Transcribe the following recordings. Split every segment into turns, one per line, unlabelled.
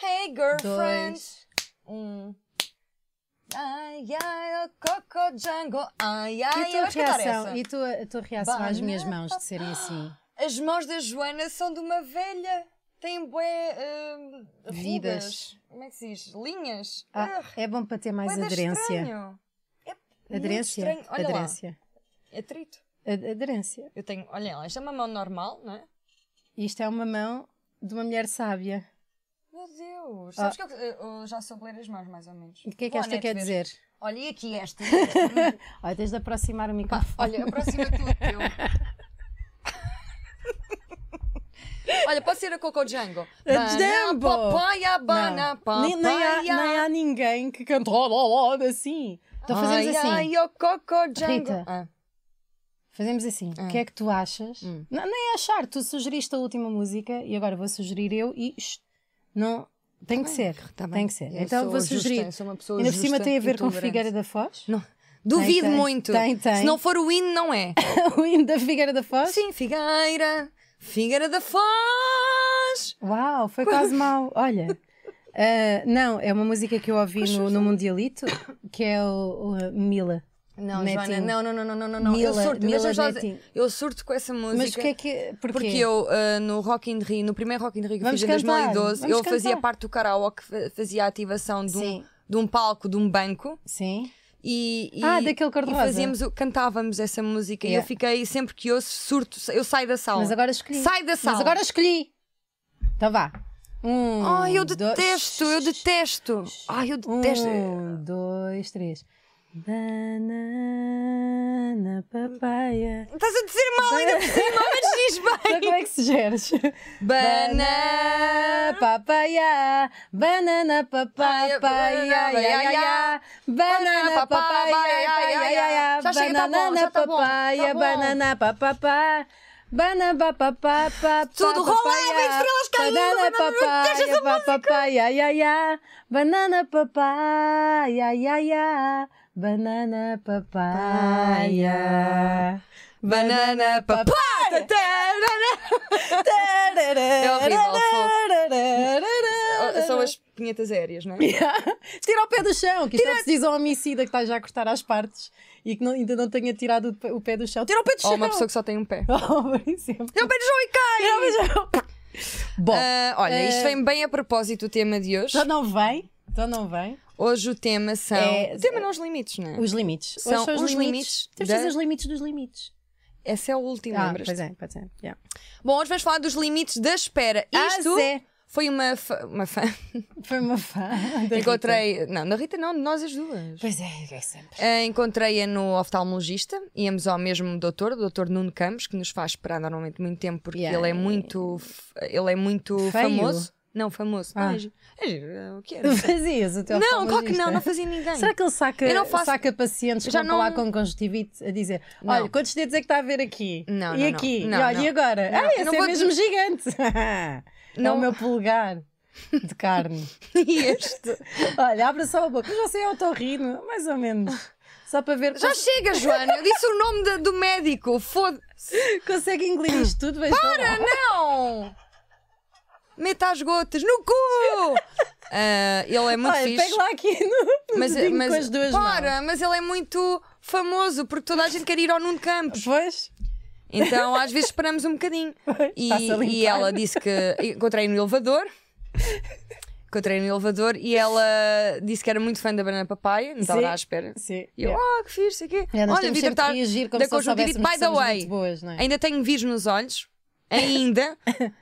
Hey, girlfriend.
dois,
Um. Ai, ai, o Coco Django. Ai,
E a
ai, Ah, eu
tua
acho que adoro essa.
reação, e a tua, a tua reação
Bah, é
às
a
minhas
minha-
mãos de serem assim?
As mãos da Joana são de uma velha. Tem bué. hum,
Vidas.
rugas. Como é que se diz? Linhas.
Ah,
Urgh,
é bom para ter mais
bué de
aderência.
estranho. É muito
Aderência?
estranho. Olha lá, é
Aderência.
Atrito.
Ad- Aderência.
Eu tenho. Olha lá, isto é uma mão normal, não é?
Isto é uma mão de uma mulher sábia.
Meu Deus. Sabes que eu, eu já soube ler as mãos, mais ou menos.
Ah. E o que é que
Vou à
esta
net
quer
ver.
dizer?
Olha, e aqui esta.
Olha, tens de aproximar o
Pá,
microfone.
olha, aproxima-te do teu. Olha, pode ser a Coco Django.
Django!
Papaya,
É Não.
bana,
Nem, nem, há, nem
papaya.
há ninguém que cante "Oh, oh, oh", assim. Então fazemos
Ai,
assim.
Ai, o Coco Django.
Rita.
Ah,
Fazemos assim. O
Ah.
que é que tu achas?
Hum.
Não, nem é achar. Tu sugeriste a última música e agora vou sugerir eu e. shh, não. Tem que ser.
tá bem.
tem que ser.
Eu
então
sou
vou
justa,
sugerir.
eu sou uma pessoa
Ainda por cima
justa
tem a
e
ver com
tolerante.
Figueira da Foz?
Não. Duvido
tem.
muito.
Tem, tem. Então,
Se não for o hino, não é.
o hino da Figueira da Foz?
Sim, Figueira. Figueira da Foz.
Uau, foi quase mal. Olha. ah, não, é uma música que eu ouvi no, no Mundialito, que é o, o Mila.
Não,
Netinho.
Joana, não, não, não, não, não, não, não.
Mila-
eu surto,
Mila
deixa-me só
Netinho.
dizer, eu surto com essa música.
Mas o que é que. Porquê?
Porque eu, ah, no Rock in Rio, no primeiro Rock in Rio que eu
Vamos
fiz em
cantar,
2012,
vamos
eu fazia
cantar.
parte do karaoke, fa- fazia a ativação de um,
Sim.
de um palco, de um banco.
Sim.
E, e-
Ah, daquele cor-de-rosa.
E fazíamos, o- cantávamos essa música e eu
Yeah.
fiquei, sempre que ouço, surto, eu saio da sala.
Mas agora escolhi.
Sai da sala.
Mas agora escolhi. Então vá. Um.
Ai, eu
dois-
detesto, eu detesto. Ai, eu detesto.
Um, dois, três. Banana, papaya.
Estás a dizer mal ainda por cima, mas diz
Então,
bem.
como é que sugeres?
Banana.
papaya, banana papaya, ya, ya, ya, ya. banana papaya, ya, ya, ya, ya.
Já chega, tá bom,
banana
já tá bom,
papaya,
tá bom.
banana papapá, banana papapá,
Tudo rolava, estrelas caindo,
banana
banana- Deixa essa
papaya, papapá, ya, ya, banana papaya, ya, ya, banana papaya.
Banana papá.
É
horrível, São as punhetas aéreas, não é?
Tira o pé do chão, que isto é o que se diz ao homicida que está já a cortar às partes e que não- ainda não tenha tirado o pe- o pé do chão. Tira o pé do chão!
Ou uma pessoa que só tem um pé.
Oh, por exemplo.
Eu beijo e cai!
Tira o pé do chão. Bom,
Ah, olha,
eh,
isto vem bem a propósito do tema de hoje.
então não vem, então não vem.
Hoje o tema são.
É-
o tema não é os limites, não é?
Os limites. Hoje
São
são os
os
limites.
limites
Temos de fazer
da-
os limites dos limites.
Esse é o último,
Ah,
lembras?
pois é, pois é. Yeah.
Bom, hoje vamos falar dos limites da espera. Isto
Ah, Zé,
foi uma, fa- uma fã.
foi uma fã. da Rita.
Encontrei. Não, na Rita não, de nós as duas.
Pois é, é sempre.
Ah, Encontrei-a no oftalmologista, íamos ao mesmo doutor, o doutor Nuno Campos, que nos faz esperar normalmente muito tempo porque
Yeah.
ele é muito, f- ele é muito
Feio?
famoso. Não, famoso. Não,
Ah.
é giro. É giro, é o que era?
Tu fazias o teu
Não, claro que não,
oftalmologista?
não fazia ninguém.
Será que ele saca,
Eu não faço-
saca pacientes que
Já
vão falar
não-
com conjuntivite a dizer olha,
Não.
quantos dedos é que está a ver aqui?
Não, não,
e
não.
aqui?
Não,
e olha,
não.
e agora?
Não,
ah,
eu
esse
não
é
vou
mesmo gigante! É o
Não.
meu polegar de carne.
E este?
olha, abra só a boca. Mas você é autorrino, mais ou menos. Só para ver
Já chega, Joana. Eu disse o nome da- do médico. Foda-se.
se consegue engolir isto tudo. veja lá.
Para, é? não! Meta as gotas no cu! Ah, ele é muito
Olha,
fixe.
pega lá aqui no, no
mas, é-
dedinho
mas,
com as duas mãos.
para, mas ele é muito famoso porque toda a gente quer ir ao Nuno Campos.
Pois,
Então às vezes esperamos um bocadinho. E,
Está-se a limpar.
e ela disse que. Encontrei no elevador. Encontrei no elevador e ela disse que era muito fã da Banana Papaya. Não estava
Sim.
lá à espera.
sim.
E eu,
é.
ah, que fixe, aqui.
É, nós
Olha, Vitor
temos sempre
está
que reagir como
da
se não
conjuntivite.
soubéssemos que
By the
somos
way,
muito boas, não é?
ainda tenho vírus nos olhos. Ainda.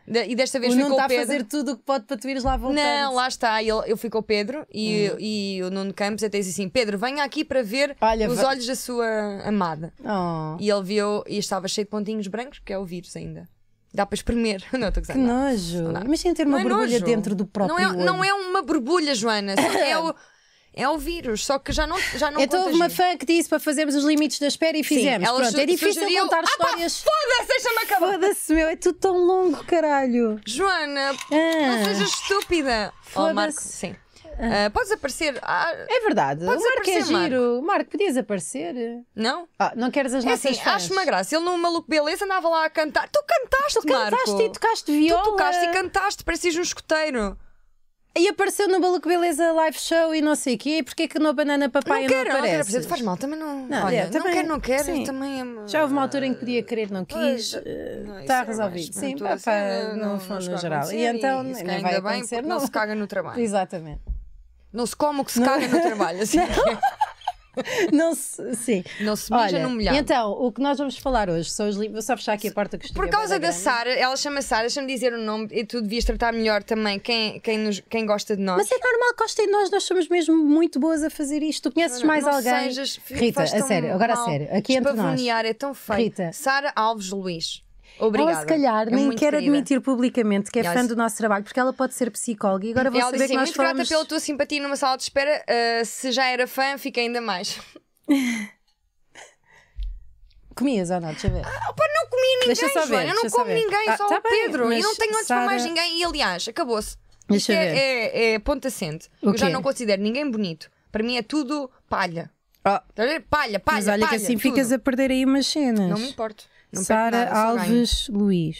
Da- e desta vez
O
fui
Nuno
com
está
o
a
Pedro.
fazer tudo Hum. o que pode para tu ires lá voltar.
Não, lá está. Ele- eu fui com o Pedro e, e o Nuno Campos até disse assim: Pedro, venha aqui para ver
Olha,
os
va-
olhos da sua amada.
Oh,
E ele viu e estava cheio de pontinhos brancos, porque é o vírus ainda. Dá para espremer. Não, estou a
que
gozar, não.
nojo.
dá.
Imagina ter uma
Não é
borbulha
nojo.
dentro do próprio
não é,
olho.
Não é uma borbulha, Joana. só é, o, é o vírus, só que já não, já não
Então houve
contagia.
uma fã que disse para fazermos os limites da espera e fizemos.
ela
Pronto,
su-
é difícil
sugeriu-
contar
Ah, pá,
histórias.
Foda-se, deixa-me acabar.
Foda-se, meu, é tudo tão longo, caralho.
Joana,
Ah.
não sejas estúpida. Oh,
Foda-se.
Marco, sim. Ah, podes aparecer. Ah,
É verdade.
Podes
o Marco é
aparecer, Marco.
giro. Marco, podias aparecer?
não?
Ah, não queres as
É
nossas
assim,
fãs?
acho uma graça. Ele no Maluco Beleza andava lá a cantar. Tu cantaste,
Cantaste eh,
Marco.
e tocaste viola.
Tu tocaste e cantaste, parecias um escoteiro.
E apareceu no Baluco Beleza Live Show e não sei o quê. E porquê que no Banana
não
Papai não,
quero, não, quero.
apareces?
Quer dizer, Faz mal, também não.
Não,
olha,
é, também-
não quero, não
sim.
quero. Também é-
Já houve uma altura em que podia querer, não quis.
Pois,
eh,
não, isso
Está
era
resolvido.
mais,
Sim,
portanto,
pá,
a
pá,
cena
no
não-
fundo,
não
no
chega a
geral. E
acontecer
então
e se
não
calhar
vai
ainda bem,
acontecer,
porque não se caga no trabalho.
Exatamente.
Não se come o que se caga no trabalho. Assim,
Não se. Sim.
não se mija
Olha,
no molhado.
então, o que nós vamos falar hoje são os livros. Vou só fechar aqui a porta que o
Por
estúdio é
causa
bué
da
grande.
Sara, ela chama Sara, deixa-me dizer o nome e tu devias tratar melhor também quem, quem, nos- quem gosta de nós.
Mas é normal, Costa e nós, nós somos mesmo muito boas a fazer isto. Tu conheces
Não
mais alguém?
sejas- fi-
Rita, a
faz tão
sério, agora a
mal.
sério, aqui entre nós.
Espavonear é tão feio.
Rita.
Sara Alves Luís. Obrigada.
Ela, se calhar,
É
nem
muito
quer
querida.
admitir publicamente que é
Ela
fã
disse-
do nosso trabalho, porque ela pode ser psicóloga e agora vou
Ela
saber
disse: assim,
que nós
muito grata
falamos...
pela tua simpatia numa sala de espera. ah, se já era fã, fica ainda mais.
Comias ou não? Deixa eu ver.
Ah, Não comi ninguém,
Deixa só ver,
Joana, Eu não
deixa só
como
ver.
ninguém,
Ah,
só
tá
o
bem,
Pedro.
mas
e não tenho olhos
Sara-
para mais ninguém. E aliás, acabou-se. Isto
Deixa
é,
eu ver.
é, é ponto assente.
O
Eu já
quê?
não considero ninguém bonito. Para mim é tudo palha.
Oh,
Estás a ver? Palha, palha.
mas olha que
palha,
assim
tudo.
ficas a perder aí umas cenas.
Não me importo. Não perco
Sara
nada, só ganho.
Alves Luís.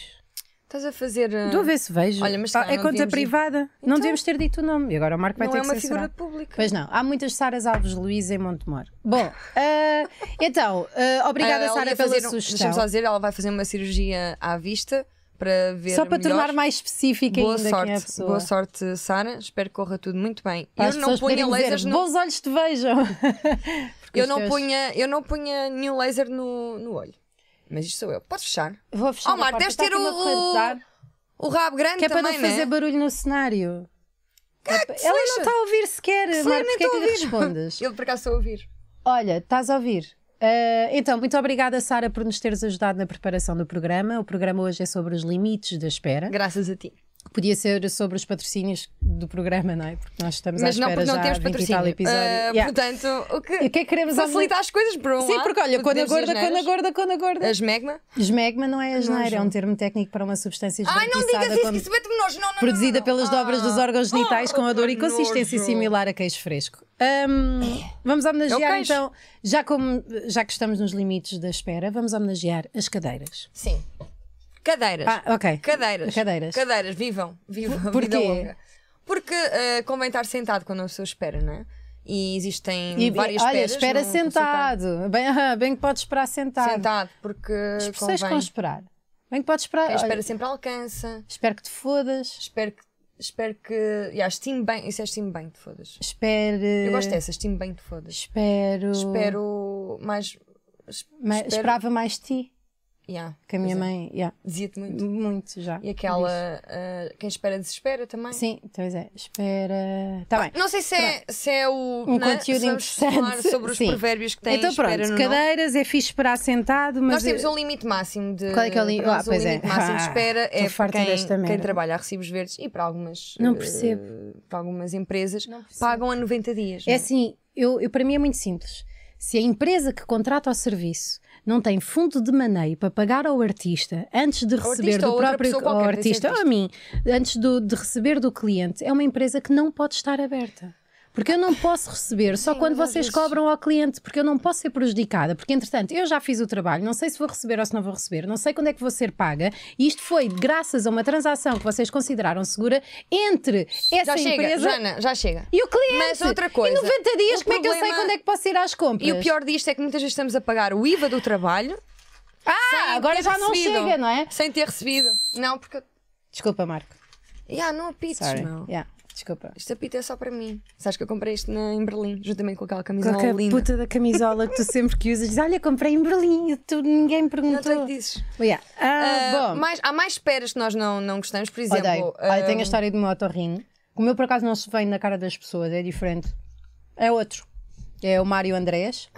Estás a fazer. ah,
Estou a ver se vejo.
Olha, mas se
Ah,
calhar
é
não
conta
devíamos ir.
privada. Não
Então-
devemos ter dito o nome. E agora o Marco vai
Não
ter
é
que
uma
censurar.
figura pública.
Pois não, há muitas Saras Alves Luís em Montemor. Bom, ah, então, ah, obrigada
Ela
Sara
ia
pela
fazer um-
sugestão.
Deixa-me só
Só,
dizer, ela vai fazer uma cirurgia à vista para ver.
para
melhor.
tornar mais específica
Boa
ainda quem é a
sorte,
pessoa.
boa sorte, Sara. Espero que corra tudo muito bem.
Para as
eu
pessoas
não ponha
poderem
lasers
dizer,
no.
Bons olhos te vejam. Porque
Eu
os
não,
teus-
punha, eu não punha nenhum laser no, no olho. Mas isto sou eu. Podes fechar.
Vou fechar
Oh, Marco,
a porta,
deves
está
ter
aqui uma
o-
corrente de ar,
O rabo grande
Que é para
também, Ah,
não fazer
né?
barulho no cenário. Ela não
lixa.
está a ouvir sequer,
lixa,
Marco, porque é
nem
que
estou a
lhe respondes?
Eu por acaso estou a ouvir.
Olha, estás a ouvir. Ah, então, muito obrigada, Sara, por nos teres ajudado na preparação do programa. O programa hoje é sobre os limites da espera.
Graças a ti.
Podia ser sobre os patrocínios do programa, não é? Porque nós estamos
Mas
à
não,
espera
porque não
já
temos
há 20 e tal
patrocínio.
episódio.
Ah,
Yeah.
Portanto, o
E
que.
o que é que queremos
Facilita as coisas, por um
Sim,
lado,
porque olha, quando
podemos dizer
agorda, quando
asneiras.
agorda, quando agorda.
As magma.
Esmegma não é asneira, é um
João.
termo técnico para uma substância
Ai, não digas
esbranquiçada
isso,
quando-
que isso bate-me nojo. Não, não, não,
produzida
não.
pelas dobras dos
Ah.
órgãos genitais
Ah,
com a dor e
que nojo.
consistência similar a queijo fresco. Hum, vamos
É o
homenagear
queijo.
então, já, como, já que estamos nos limites da espera, vamos homenagear as cadeiras.
Sim. Cadeiras.
Ah, ok.
Cadeiras.
Cadeiras.
Cadeiras, vivam. Vivam a
porquê?
vida longa. Porque eh, convém estar sentado quando a pessoa espera, não é? E existem
E,
Hum, várias
olha,
esperas
espera
no- no
sentado. Bem, ah, bem que pode esperar
sofá.
sentado.
Sentado, porque
Expressões
convém.
com esperar. Bem que podes esperar.
Quem
Olha,
espera sempre alcança.
Espero que te fodas.
Espero que. Espero que. Yeah, estime bem. Isso é estime bem, te fodas.
Espero.
Eu gosto dessa, estime bem, te fodas.
Espero.
Espero mais. es-
Ma-
espero-
Esperava mais de ti,
Yeah,
que a minha
pois é.
mãe. yeah,
Dizia-te muito.
Muito já.
E aquela. eh, quem espera desespera também.
Sim, pois é. Espera. Está bem.
Não sei se é, se é o
Um
né?
conteúdo
se vamos falar
interessante.
sobre os
Sim.
provérbios que têm
então
espera
pronto,
no nome.
cadeiras é fixe esperar sentado, mas.
Nós temos um limite máximo de.
Qual é que é o li-
para nós
Ah, pois é.
limite máximo de
Ah,
espera
estou
é para
farta
quem,
desta merda.
quem trabalha a recibos verdes e para algumas.
Não
eh,
percebo.
para algumas empresas
Não percebo.
pagam a 90 dias.
É
não
assim, eu, eu- para mim é muito simples. Se a empresa que contrata o serviço não tem fundo de maneio para pagar ao artista antes de
artista
receber
ou
do
outra
próprio
pessoa qualquer,
ao
tem que ser
artista ou a mim, antes do- de receber do cliente, é uma empresa que não pode estar aberta. Porque eu não posso receber só
Sim,
quando
mas às
vocês
vezes-
cobram ao cliente, porque eu não posso ser prejudicada, porque entretanto eu já fiz o trabalho, não sei se vou receber ou se não vou receber, não sei quando é que vou ser paga, e isto foi graças a uma transação que vocês consideraram segura entre
Já
essa
chega,
é assim, empresa
Joana, já chega.
e o cliente.
Mas outra coisa,
Em 90 dias,
o
como é que eu sei
problema-
quando é que posso ir às compras?
E o pior disto é que muitas vezes estamos a pagar o IVA do trabalho
Ah, agora
ter
já não
recebido.
chega, não é?
sem ter recebido. Não, porque.
Desculpa, Marco.
Yeah, não apites,
Sorry.
meu.
Yeah, desculpa.
Este apito é só para mim. Sabes que eu comprei isto na- em Berlim, juntamente com aquela camisola
Qualquer
linda.
puta da camisola que tu sempre que usas, diz, olha, comprei em Berlim, e tu, ninguém me
Não
perguntou.
sei o que dizes.
Yeah. Ah,
Ah,
bom,
mais- há mais esperas que nós não, não gostamos, por exemplo.
odeio.
ah,
Olha, tenho a história do meu otorrino. O meu, por acaso, não se vê na cara das pessoas, é diferente. É outro. É o Mário Andrés.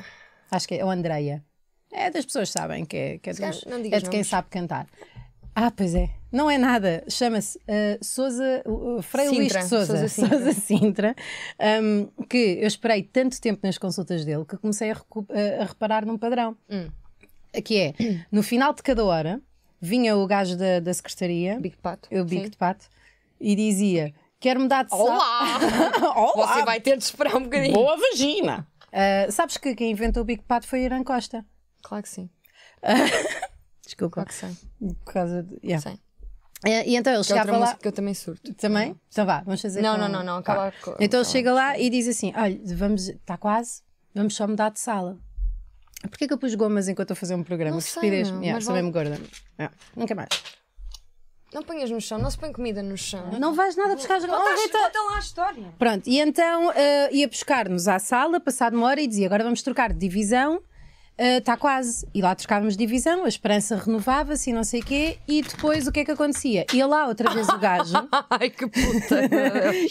Acho que é o Andreia. É das pessoas que sabem que é, que é,
Se calhar
dos-
não digas
é de quem
nomes.
sabe cantar. Ah, pois é. Não é nada. Chama-se uh, Sousa, uh, Frei Luís
Sintra.
de Sousa,
Sousa Sintra.
Sousa Sintra, um, que eu esperei tanto tempo nas consultas dele que comecei a, recu- a- a reparar num padrão.
Hum.
Que é, no final de cada hora, vinha o gajo da, da secretaria,
Big Pato.
eu bico
Sim.
de pato, e dizia, quero mudar de sal.
Olá!
Olá!
Você vai ter de esperar um bocadinho.
Boa vagina! Uh, sabes que quem inventou o bico de pato foi Irã Costa.
Claro que sim,
Desculpa.
claro que sim.
Por causa de... yeah.
Sim.
E, e então ele
Que é outra
chegava lá.
música que eu também surto.
Também? Então vá, vamos fazer.
Não,
com-
não, não, não, acaba com-
Então
acaba.
ele chega lá e diz assim: olha, vamos, está quase, vamos só mudar de sala. Porquê que eu pus gomas enquanto estou a fazer um programa?
Não
que
sei,
estupidez.
meu,
Yeah,
mas
sou
vale-
mesmo gorda. Yeah, nunca mais.
Não ponhas no chão, não se põe comida no chão.
Não vais nada buscar as
Conta,
Oh, Rita,
a- conta lá a história.
Pronto, e então eh, ia buscar-nos à sala, passado uma hora, e dizia: agora vamos trocar de divisão. Está quase. E lá trocávamos de divisão, a esperança renovava-se e não sei o quê. E depois o que é que acontecia? Ia lá outra vez o gajo.
Ai, que puta.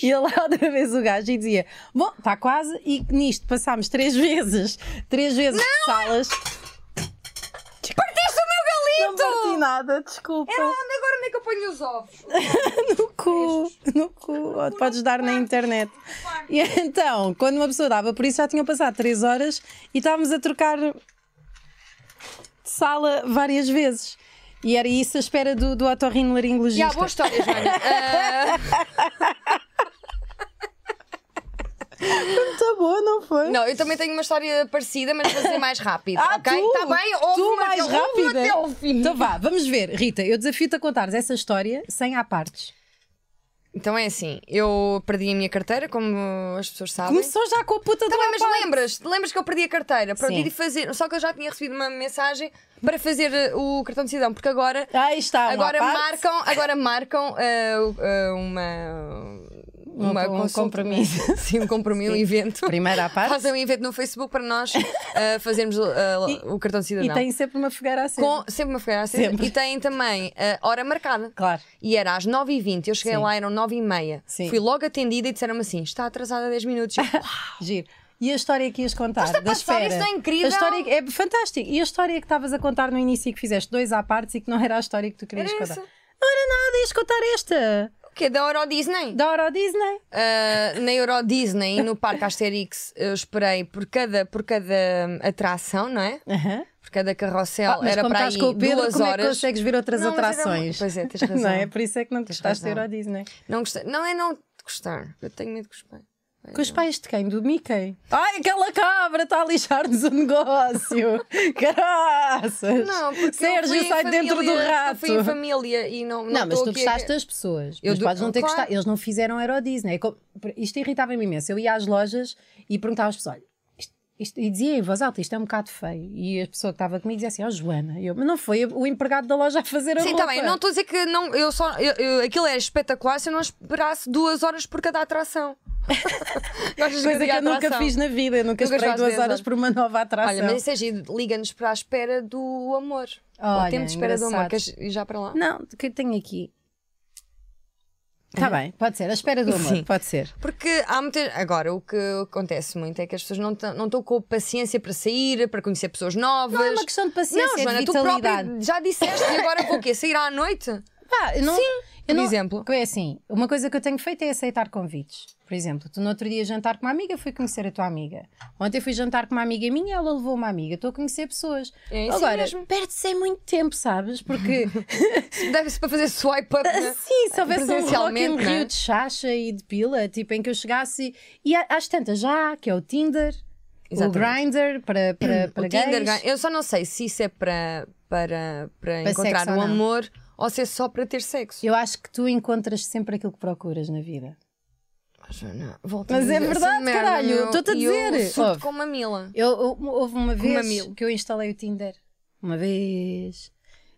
Ia lá outra vez o gajo e dizia: Bom, está quase, e nisto passámos três vezes, três vezes de salas.
Partiste o meu
Não parti
galito!
nada, desculpa.
Era onde agora onde é que eu ponho os ovos?
No cu, no cu, ou podes dar na internet. E então, quando uma pessoa dava por isso, já tinham passado 3 horas e estávamos a trocar de sala várias vezes. E era isso a espera do, do
Já,
otorrinolaringologista.
boa história, Joana. Ah,
Tá boa, não foi?
não, eu também tenho uma história parecida, mas vou ser mais rápido.
Ah,
ok?
tu?
Está bem? Ouve
tu mais
até, ouve-me
rápida.
até ao fim.
Então vá, vamos ver. Rita, eu desafio-te a contares essa história sem há partes.
Então é assim, eu perdi a minha carteira, como as pessoas sabem.
Começou já com a puta do
Também,
à
mas
parte.
lembras? Lembras que eu perdi a carteira? Pronto,
Sim.
e de fazer. Só que eu já tinha recebido uma mensagem para fazer eh, o cartão de cidadão, porque agora.
Aí está, um
Agora
à parte,
marcam, agora marcam eh, o- eh, uma.
um
consulta-
compromisso.
Sim, um compromisso, um evento.
Primeiro à parte.
Fazem um evento no Facebook para nós eh, fazermos eh, o cartão de
E
cidadão.
tem sempre uma fogueira assim.
Com, sempre uma fogueira acesa.
Sempre.
E têm também a hora marcada.
Claro.
E era às 9h20, eu cheguei
Sim.
lá, eram 9h30.
Sim.
Fui logo atendida e disseram-me assim: está atrasada 10 minutos. Eu,
Giro. E a história que ias contar?
Estás a
da
passar,
espera?
isto é incrível.
A história que- é fantástica. E a história que estavas a contar no início e que fizeste dois à partes e que não era a história que tu querias
Era
contar?
essa.
Não era nada, ias contar esta.
O quê? Da Euro Disney?
Da Euro Disney.
Uh, na Euro Disney e no Parque Asterix eu esperei por cada, por cada hum, atração, não é?
Aham.
Por cada carrossel
Ah, mas
era
como
para
estás
aí
com o Pedro,
duas
como é que
horas.
consegues ver outras
Não, mas era
atrações?
uma- Pois é, tens razão.
Não é? Por isso é que não gostaste da
razão.
Euro Disney.
Não, gostei. não é não gostar. Eu tenho medo de gostar.
Com os pais de quem? Do Mickey? Ai, aquela cabra está a lixar-nos o negócio! Graças!
Não, porque eu fui
Sérgio
em
sai
família,
dentro do
eu
rato!
Fui em família e não. Não,
Não, mas
estou
tu
aqui a-
gostaste das pessoas.
Eu
mas
do-
podes não ter
claro.
gostado. Eles não fizeram Euro Disney. É como- Isto irritava-me imenso. Eu ia às lojas e perguntava às pessoas: olha, isto, isto- e dizia em voz alta, isto é um bocado feio. E a pessoa que estava comigo dizia assim: ó, Joana, E eu, mas não foi o empregado da loja a fazer a
Sim,
roupa.
está bem. Não estou a dizer que não, eu só, eu- eu- aquilo era espetacular se eu não esperasse duas horas por cada atração. Gostas de
Coisa que
cada
eu nunca
atração?
fiz na vida. Eu nunca,
Nunca
esperei
faz
duas
dez
horas
horas.
por uma nova atração.
Olha, mas isso é giro. Liga-nos para a espera do amor.
Olha,
o tempo de espera do amor.
engraçado.
Queres ir já para lá?
Não, que eu tenho aqui. Está bem, pode ser. A espera do amor,
Sim.
pode ser.
Porque há muitas. Agora, o que acontece muito é que as pessoas não tão- não estão com paciência para sair, para conhecer pessoas novas.
Não é uma questão de paciência,
Não,
é
Joana,
de
tu
vitalidade.
própria já disseste e agora vou o quê? Sair à noite?
Pá, eu não, Sim,
por exemplo.
É assim, uma coisa que eu tenho feito é aceitar convites. Por exemplo, tu no outro dia jantar com uma amiga, fui conhecer a tua amiga. Ontem fui jantar com uma amiga minha, ela levou uma amiga. Estou a conhecer pessoas.
É isso
Agora,
mesmo.
perde-se é muito tempo, sabes? Porque
Deve-se para fazer swipe up. né?
Sim, se houvesse um rock in
Presencialmente, não é?
Rio de chacha e de pila, tipo, em que eu chegasse e, e há- às tantas já, há, que é o Tinder,
Exatamente.
o Grindr para, para, para
O Tinder
gays.
ganha- Eu só não sei se isso é para, para, para,
Para
encontrar
sexo ou
o
não.
amor ou se é só para ter sexo.
Eu acho que tu encontras sempre aquilo que procuras na vida.
Joana, volta a
Mas
dizer
é
essa
verdade,
merda,
caralho,
meu.
estou-te a
E
dizer.
Eu surto
Ouve.
com uma mila.
Eu, eu- houve uma vez
mamilo.
que eu instalei o Tinder. Uma vez.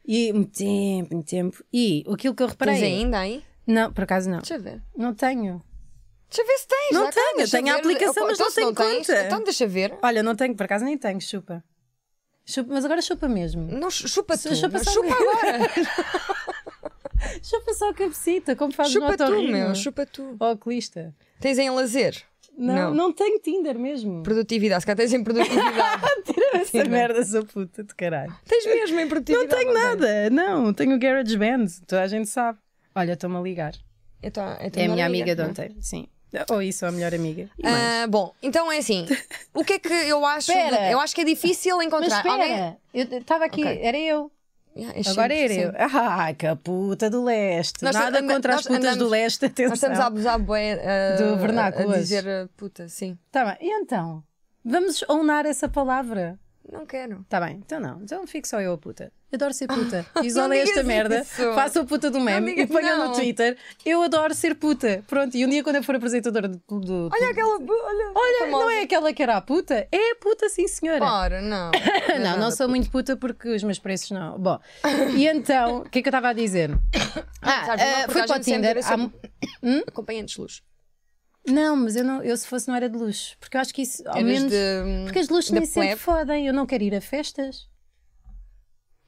E muito tempo, muito tempo. E aquilo que eu reparei.
Tens ainda aí?
Não, por acaso não.
Deixa eu ver.
Não tenho.
Deixa eu ver se tens.
Não
dá cá,
tenho,
deixa
tenho a
ver.
aplicação,
Eu-
mas
então,
não
se
tenho
tens,
conta.
Então deixa ver.
Olha, não tenho, por acaso nem tenho, chupa. Chupa, mas agora chupa mesmo.
Não, chu- chupa tu. Chupa,
Chupa só-
chupa agora.
Chupa só a cabecita, como faz no
chupa tu,
otorrino.
meu. Chupa tu.
Ó, oculista.
Tens em lazer?
Não, não,
Não.
tenho Tinder mesmo.
Produtividade. Se calhar tens em produtividade.
Tira essa
Tinder.
merda, sou puta de caralho.
tens mesmo em
Não
produtividade.
tenho
Olha.
nada, não. Tenho o GarageBand, toda a gente sabe. Olha, estou-me a ligar.
Então, então
É a minha
não
amiga
liga,
de
não é?
ontem, sim. Ou isso, a melhor amiga. E mais.
Ah, bom, então é assim. O que é que eu acho?
Espera.
Eu acho que é difícil
Mas
encontrar alguém.
espera, eu estava aqui,
Ok.
era eu.
Yeah, é
Agora
chique,
era eu.
sim.
Ah, que a puta do leste.
Nós
Nada
anda-
contra as
nós
putas do
andamos-
leste, atenção.
Nós estamos a abusar bué, ah,
Do vernáculo
a
hoje.
dizer ah, puta, sim.
Tá bem, e então? Vamos onar essa palavra.
Não quero.
Tá bem, então não. Então fico só eu a puta. Adoro ser puta. Isolei
Não digas
esta merda.
isso.
Faço a puta do meme e
digas
ponho no
não.
Twitter. Eu adoro ser puta. Pronto, e um dia quando eu for apresentadora do. do
Olha aquela. bu- Olha,
Olha,
famosa.
não é aquela que era a puta? É a puta, sim, senhora.
Ora, não. é
não, não
nada.
sou muito puta porque os meus preços não. Bom, e então, o que é que eu estava a dizer? Ah,
Sabes, não,
eh,
porque
fui
a
para o
gente sempre
Tinder.
era
há mu-
Acompanhantes de luz.
Não, mas eu, não, eu se fosse não era de luxo. Porque eu acho que isso, ao
Eras
menos.
de-
Porque as luzes
da
nem sempre
plebe.
fodem. Eu não quero ir a festas.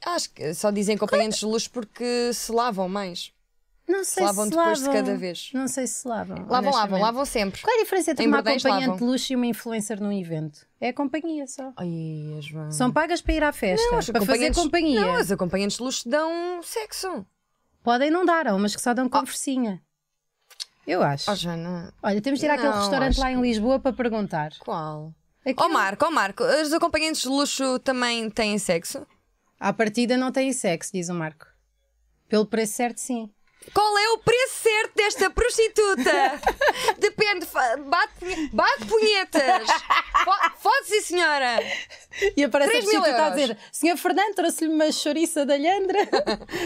Acho que só dizem acompanhantes de luz porque se lavam mais.
Não sei
lavam
se
depois de
lavam.
cada vez.
Não sei se lavam.
Lavam, lavam,
honestamente.
lavam sempre.
Qual é a diferença entre
Em
uma
bordéis
acompanhante
lavam.
de luxo e uma influencer num evento? É a companhia só.
Ai, João.
São pagas para ir à festa,
Não, as
para fazer
acompanhantes-
companhia.
Não, as acompanhantes de luxo dão sexo.
Podem não dar, há umas que só dão conversinha. Eu acho.
Oh, Jana,
Olha, temos de ir àquele
Não,
restaurante
acho
lá em Lisboa para perguntar.
qual? Ó
Aquilo,
Marco, ó Marco, os acompanhantes de luxo também têm sexo?
À partida não tem sexo, diz o Marco. Pelo preço certo, sim.
Qual é o preço certo desta prostituta? Depende, fa- bate, punhe- bate punhetas. Fo- Fode, sim, senhora.
E aparece a
3 mil
prostituta a
euros.
dizer: Senhor Fernando, trouxe-lhe uma chouriça de alhandra.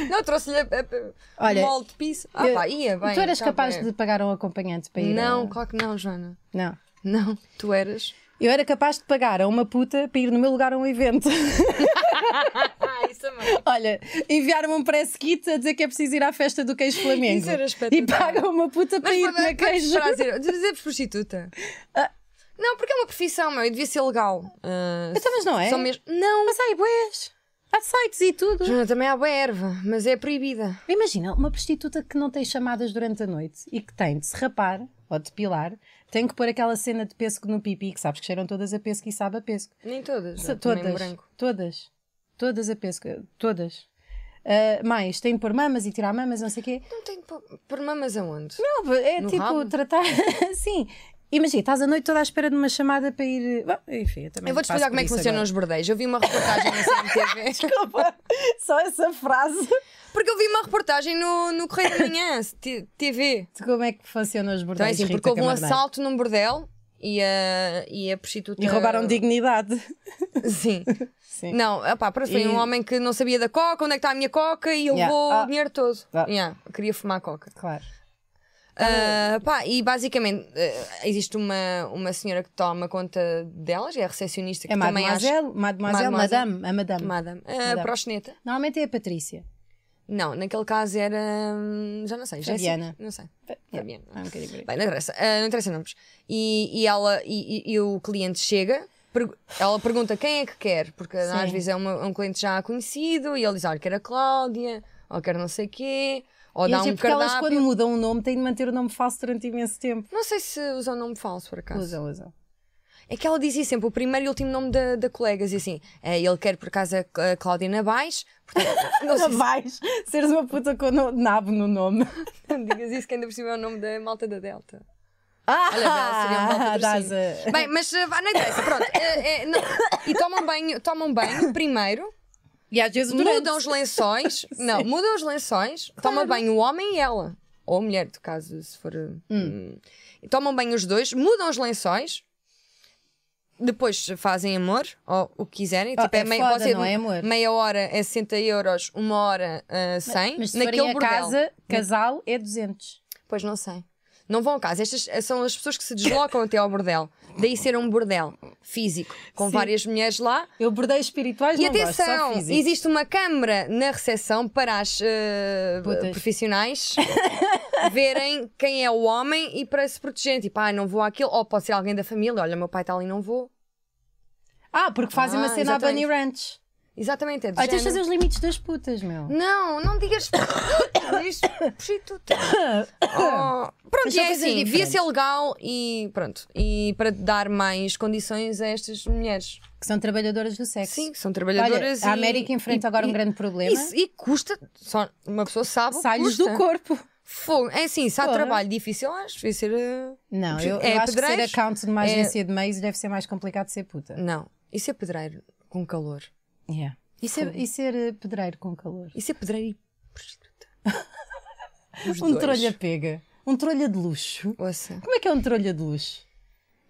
Não, trouxe-lhe a, a, a
Olha,
molde de piso. Ah,
eu-
pá, ia bem.
tu eras
então,
capaz
bem.
de pagar um acompanhante para ir?
Não,
a-
claro que não, Joana.
Não.
Não, tu eras.
Eu era capaz de pagar a uma puta para ir no meu lugar a um evento.
Ah, isso também.
Olha, enviaram-me um press kit a dizer que é preciso ir à festa do queijo Flamengo.
Isso era
e
espetacular.
pagam uma puta para
Mas
ir
para, para
na queijo.
dizer, dizer prostituta.
Ah.
Não, porque é uma profissão, meu, e devia ser legal. Ah,
Então, mas não é?
só mesmo- Não,
Mas há bués. Há sites e tudo.
Joana, Ah, também há boa erva, mas é proibida.
Imagina, uma prostituta que não tem chamadas durante a noite e que tem de se rapar ou depilar, tem que pôr aquela cena de pêssego no pipi, que sabes que cheiram todas a pêssego e sabe a pêssego.
Nem todas.
Se-
Joana, também
todas,
branco.
todas, todas a pêssego, todas. Ah, mais, tem de pôr mamas e tirar mamas, não sei o quê.
Não tenho por, por mamas aonde?
Não, é
No
tipo
rabo?
tratar. Sim. Imagina, estás à noite toda à espera de uma chamada para ir. Bom, enfim, eu também.
Eu vou-te explicar como é que funcionam os bordéis. Eu vi uma reportagem na CMTV.
Desculpa, só essa frase.
Porque eu vi uma reportagem no, no Correio da Manhã, T- TV.
De como é que funcionam os
Então é
bordéis?
assim, porque
Rita
houve um
Camarneiro?
assalto num bordel e a, e a prostituta.
E roubaram dignidade.
Sim.
Sim.
Não, opá, pronto, foi
E-
um homem que não sabia da coca, onde é que está a minha coca e
Yeah.
levou
Ah.
o dinheiro todo.
Ah.
Yeah, queria fumar coca.
Claro.
Ah, pá, e basicamente ah, existe uma, uma senhora que toma conta delas, é a recepcionista que
É
também acha.
mademoiselle, mademoiselle,
Mademoiselle.
madame, a madame.
Madame. Ah,
Madame.
proxeneta.
Normalmente é a Patrícia.
Não, naquele caso era. hum, Já não sei. Jéssica?
Fabiana.
Não sei. Fabiana.
Ah, um bocadinho por aí.
Bem, não interessa, ah, não interessa nomes. E, e ela e, e- e o cliente chega, pergu- ela pergunta quem é que quer, porque
Sim.
às vezes é uma- um cliente já conhecido e ele diz: olha, quero a Cláudia, ou quero não sei quê, ou
E
dá
eles, é
um
porque elas
cardápio.
quando mudam o nome têm de manter o nome falso durante imenso tempo.
Não sei se usa o nome falso por acaso.
Usam, usam.
É que ela dizia sempre o primeiro e último nome da, da colega, e assim, eh, ele quer por acaso a, Cl- a Cláudia Nabais, portanto, não sei
Vais seres uma puta com no- nabo no nome.
se não digas isso, que ainda por cima é o nome da malta da Delta.
Ah,
Olha, Bela, seria um mau
dás
patrocínio.
a-
Bem, mas eh, vá, não interessa, pronto. Eh, eh, não. E tomam banho, tomam banho primeiro,
E às vezes durante.
mudam os lençóis. não, mudam os lençóis, toma banho o homem e ela. Ou a mulher, do caso, se for. eh, hum. Tomam banho os dois, mudam os lençóis. Depois fazem amor, ou o que quiserem.
Oh,
tipo, é
é
meia,
foda,
pode ser
não é amor?
meia hora é 60 euros, uma hora eh, 100.
Mas se
naquele
forem a
bordel.
casa, casal é 200.
Pois não sei. Não vão a casa. Estas eh, são as pessoas que se deslocam até ao bordel. Daí ser um bordel físico, com
Sim.
várias mulheres lá.
Eu bordei espirituais,
E
não
atenção,
gosto, só físico.
existe uma câmara na recepção para as eh,
Putas.
profissionais verem quem é o homem e para se protegerem. Tipo, ah, não vou àquilo. Ou pode ser alguém da família. Olha, meu pai está ali, não vou.
Ah, porque fazem uma
Ah,
cena à Bunny
exatamente.
Ranch.
Exatamente, é do
Ah, tens de
género.
fazer um- os limites das putas, meu.
Não, não digas isto, prostituta. Oh, pronto,
Mas
e
são
é
coisas
assim, devia
diferentes.
ser legal e pronto, e para dar mais condições a estas mulheres.
É Que são trabalhadoras do sexo.
Sim, que são
Olha,
trabalhadoras
a
e-
América enfrenta
e-
agora um
e-
grande problema.
Isso, e custa, só uma pessoa sabe. o que
Sai-lhes do
custa.
corpo.
Fogo. É assim, se há
Fora.
trabalho difícil, acho que devia ser. eh,
Não, eu,
É
eu acho que ser
pedreiros,
account de uma
é-
agência de meios deve ser mais complicado de ser puta.
Não, isso é pedreiro com calor.
Yeah. E, ser, e ser eh, pedreiro com calor.
Isso é pedreiro e prostituta. Os
Um
dois.
trolha pega. Um trolha de luxo.
Ouça.
Como é que é um trolha de luxo?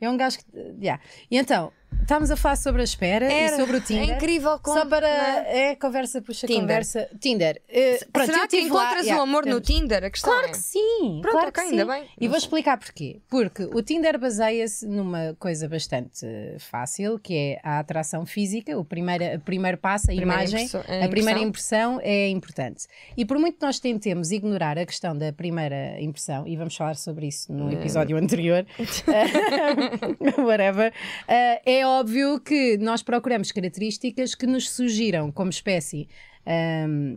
É um gajo que. eh, Yeah. E então, Estávamos a falar sobre a espera
Era.
e sobre o Tinder.
É incrível como.
Só para.
né?
É, conversa, puxa,
Tinder.
conversa. Tinder. eh, pronto,
Será
eu
que
tive lá-
encontras
yeah,
o amor no
temos-
Tinder? A questão
Claro
é.
que sim!
Pronto,
claro
ok,
que
ainda
sim.
bem.
E
Não
vou
sei.
explicar porquê. Porque o Tinder baseia-se numa coisa bastante eh, fácil, que é a atração física. O primeiro, o primeiro passo, a
Primeira
imagem.
impressão-
A primeira impressão é importante. E por muito que nós tentemos ignorar a questão da primeira impressão, e vamos falar sobre isso
Eh,
no episódio anterior, É. whatever, eh, é óbvio que nós procuramos características que nos sugiram como espécie ehm,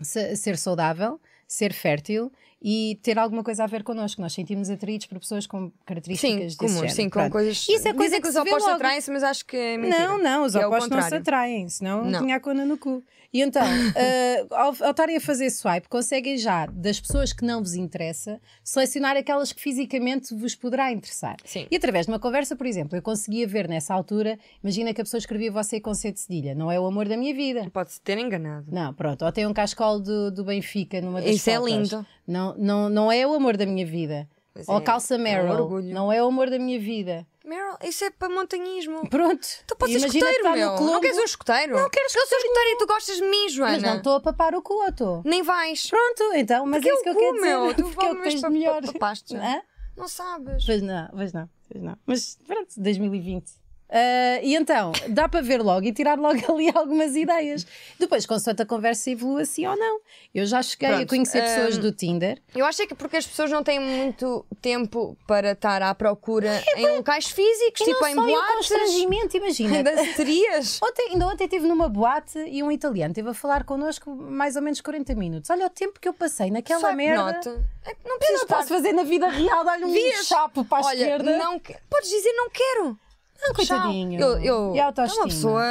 se- ser saudável, ser fértil e ter alguma coisa a ver connosco. Nós sentimos atraídos por pessoas com características
Sim,
desse
comuns,
género.
sim, com
Pronto.
coisas.
Isso é
Dizem
coisa que
que os
se vê
opostos
logo.
atraem-se, mas acho que é mentira.
Não, não, os
Que é o
opostos não se
contrário.
atraem, senão
Não.
tinha a cona no cu. E então, eh, ao, ao estarem a fazer swipe, conseguem já, das pessoas que não vos interessa, selecionar aquelas que fisicamente vos poderá interessar.
Sim.
E através de uma conversa, por exemplo, eu conseguia ver nessa altura, imagina que a pessoa escrevia você com C de cedilha, não é o amor da minha vida.
Pode-se ter enganado.
Não, pronto, ou tem um cascol do, do Benfica numa das
Isso é
fotos.
lindo.
Não, não, não é o amor da minha vida.
Mas
ou
é-
calça
é um
Merrill,
orgulho.
não é o amor da minha vida.
Meryl, isso é para montanhismo.
Pronto,
Tu podes ser
imagina
escoteiro,
estar
meu. Não
no clube
queres um escoteiro?
Não, quero
Eu sou escoteiro e tu gostas de mim, Joana.
Mas não estou a papar o cu, ou estou?
Nem vais.
Pronto, então, mas é isso que eu quero
cu,
dizer.
meu. Tu
porque é o que tens de melhor.
papaste.
Hã?
Não sabes.
Pois não, pois não, pois não. Mas pronto, 2020. Ah, e então, dá para ver logo e tirar logo ali algumas ideias. Depois, consoante a conversa evolua assim ou não. Eu já cheguei a
Pronto,
conhecer
hum,
pessoas do Tinder.
Eu acho é que porque as pessoas não têm muito tempo para estar à procura em locais físicos,
E
tipo
É,
em
não só e o
boates,
constrangimento,
em
imagina.
danceterias.
Ontem, ainda ontem estive numa boate e um italiano esteve a falar connosco mais ou menos 40 minutos. Olha o tempo que eu passei naquela
Swipe
merda.
note. É que não
Eu
precisas
não
estar.
posso fazer na vida real, dar-lhe um
Vias?
chapo para a
Olha,
esquerda.
não que- podes dizer não quero.
Não, coitadinho.
Tchau. Eu, eu,
E a
é
autoestima?
uma pessoa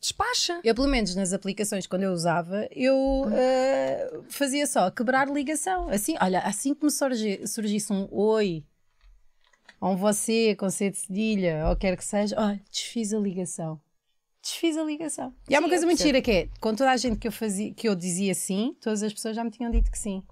despacha.
Eu, pelo menos nas aplicações, quando eu usava, eu eh, fazia só quebrar ligação. Assim, olha, assim que me surgi- surgisse um oi, ou um você com C de cedilha, ou quer que seja, olha, desfiz a ligação. Desfiz a ligação. E há uma
Sim,
coisa
eu
muito
percebo.
gira que é, com toda a gente que eu, fazia, que eu dizia sim, todas as pessoas já me tinham dito que sim.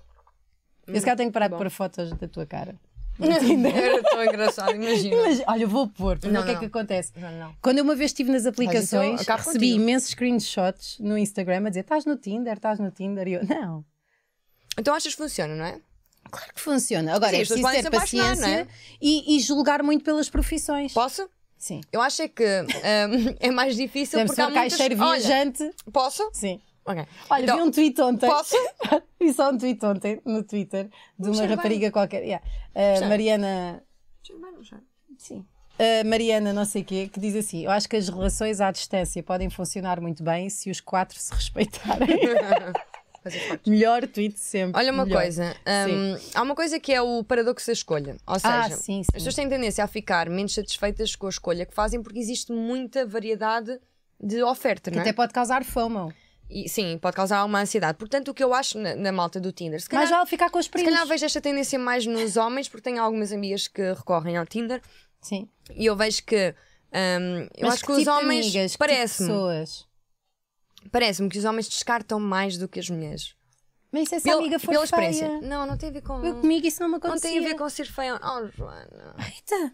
Eu se calhar tenho que parar de
Hum, bom.
pôr fotos da tua cara.
Era tão engraçado, imagina.
Mas, olha, eu vou pôr, para ver
Não,
o que é
não.
que acontece.
Não, não.
Quando eu uma vez estive nas
Mas
aplicações,
isso eu acabo
recebi
contigo.
imensos screenshots no Instagram a dizer estás no Tinder, estás no Tinder e eu, não.
Então achas que funciona, não é?
Claro que funciona. Agora
Sim,
é
as pessoas
preciso
podem
ter
se apaixonar,
paciência
não é?
e, e julgar muito pelas profissões.
Posso?
Sim.
Eu acho é que hum, é mais difícil
Deve
porque
ser
há
um
muitas...
caixeiro
Olha,
viajante.
posso?
Sim.
Ok.
Olha,
Então,
vi um tweet ontem.
Posso?
vi só um tweet ontem no Twitter de uma
cheiro bem.
rapariga qualquer. Yeah. Uh,
Cheiro.
Mariana. Sim. A Mariana, não sei quê, que diz assim: Eu acho que as relações à distância podem funcionar muito bem se os quatro se respeitarem. Melhor tweet sempre.
Olha uma
Melhor.
coisa, hum, há uma coisa que é o paradoxo da escolha. Ou seja,
Ah, sim,
as
sim.
pessoas têm tendência a ficar menos satisfeitas com a escolha que fazem porque existe muita variedade de oferta,
Que
não é?
até pode causar FOMO.
E, sim, pode causar uma ansiedade. Portanto, o que eu acho na, na malta do Tinder, se calhar,
Mas vale ficar com os
se
primos.
calhar vejo esta tendência mais nos homens, porque tenho algumas amigas que recorrem ao Tinder
Sim.
e eu vejo que. hum, eu
Mas
acho
que
que,
tipo
os
de
homens.
amigas, que tipo de
Parece-me
pessoas.
parece-me que os homens descartam mais do que as mulheres.
Mas isso é se a
Pela-
amiga for
pela
feia.
experiência. Não, não tem a ver com.
Eu comigo isso não me
Não
acontecia.
tem a ver com ser feia. Oh, Joana.
Eita.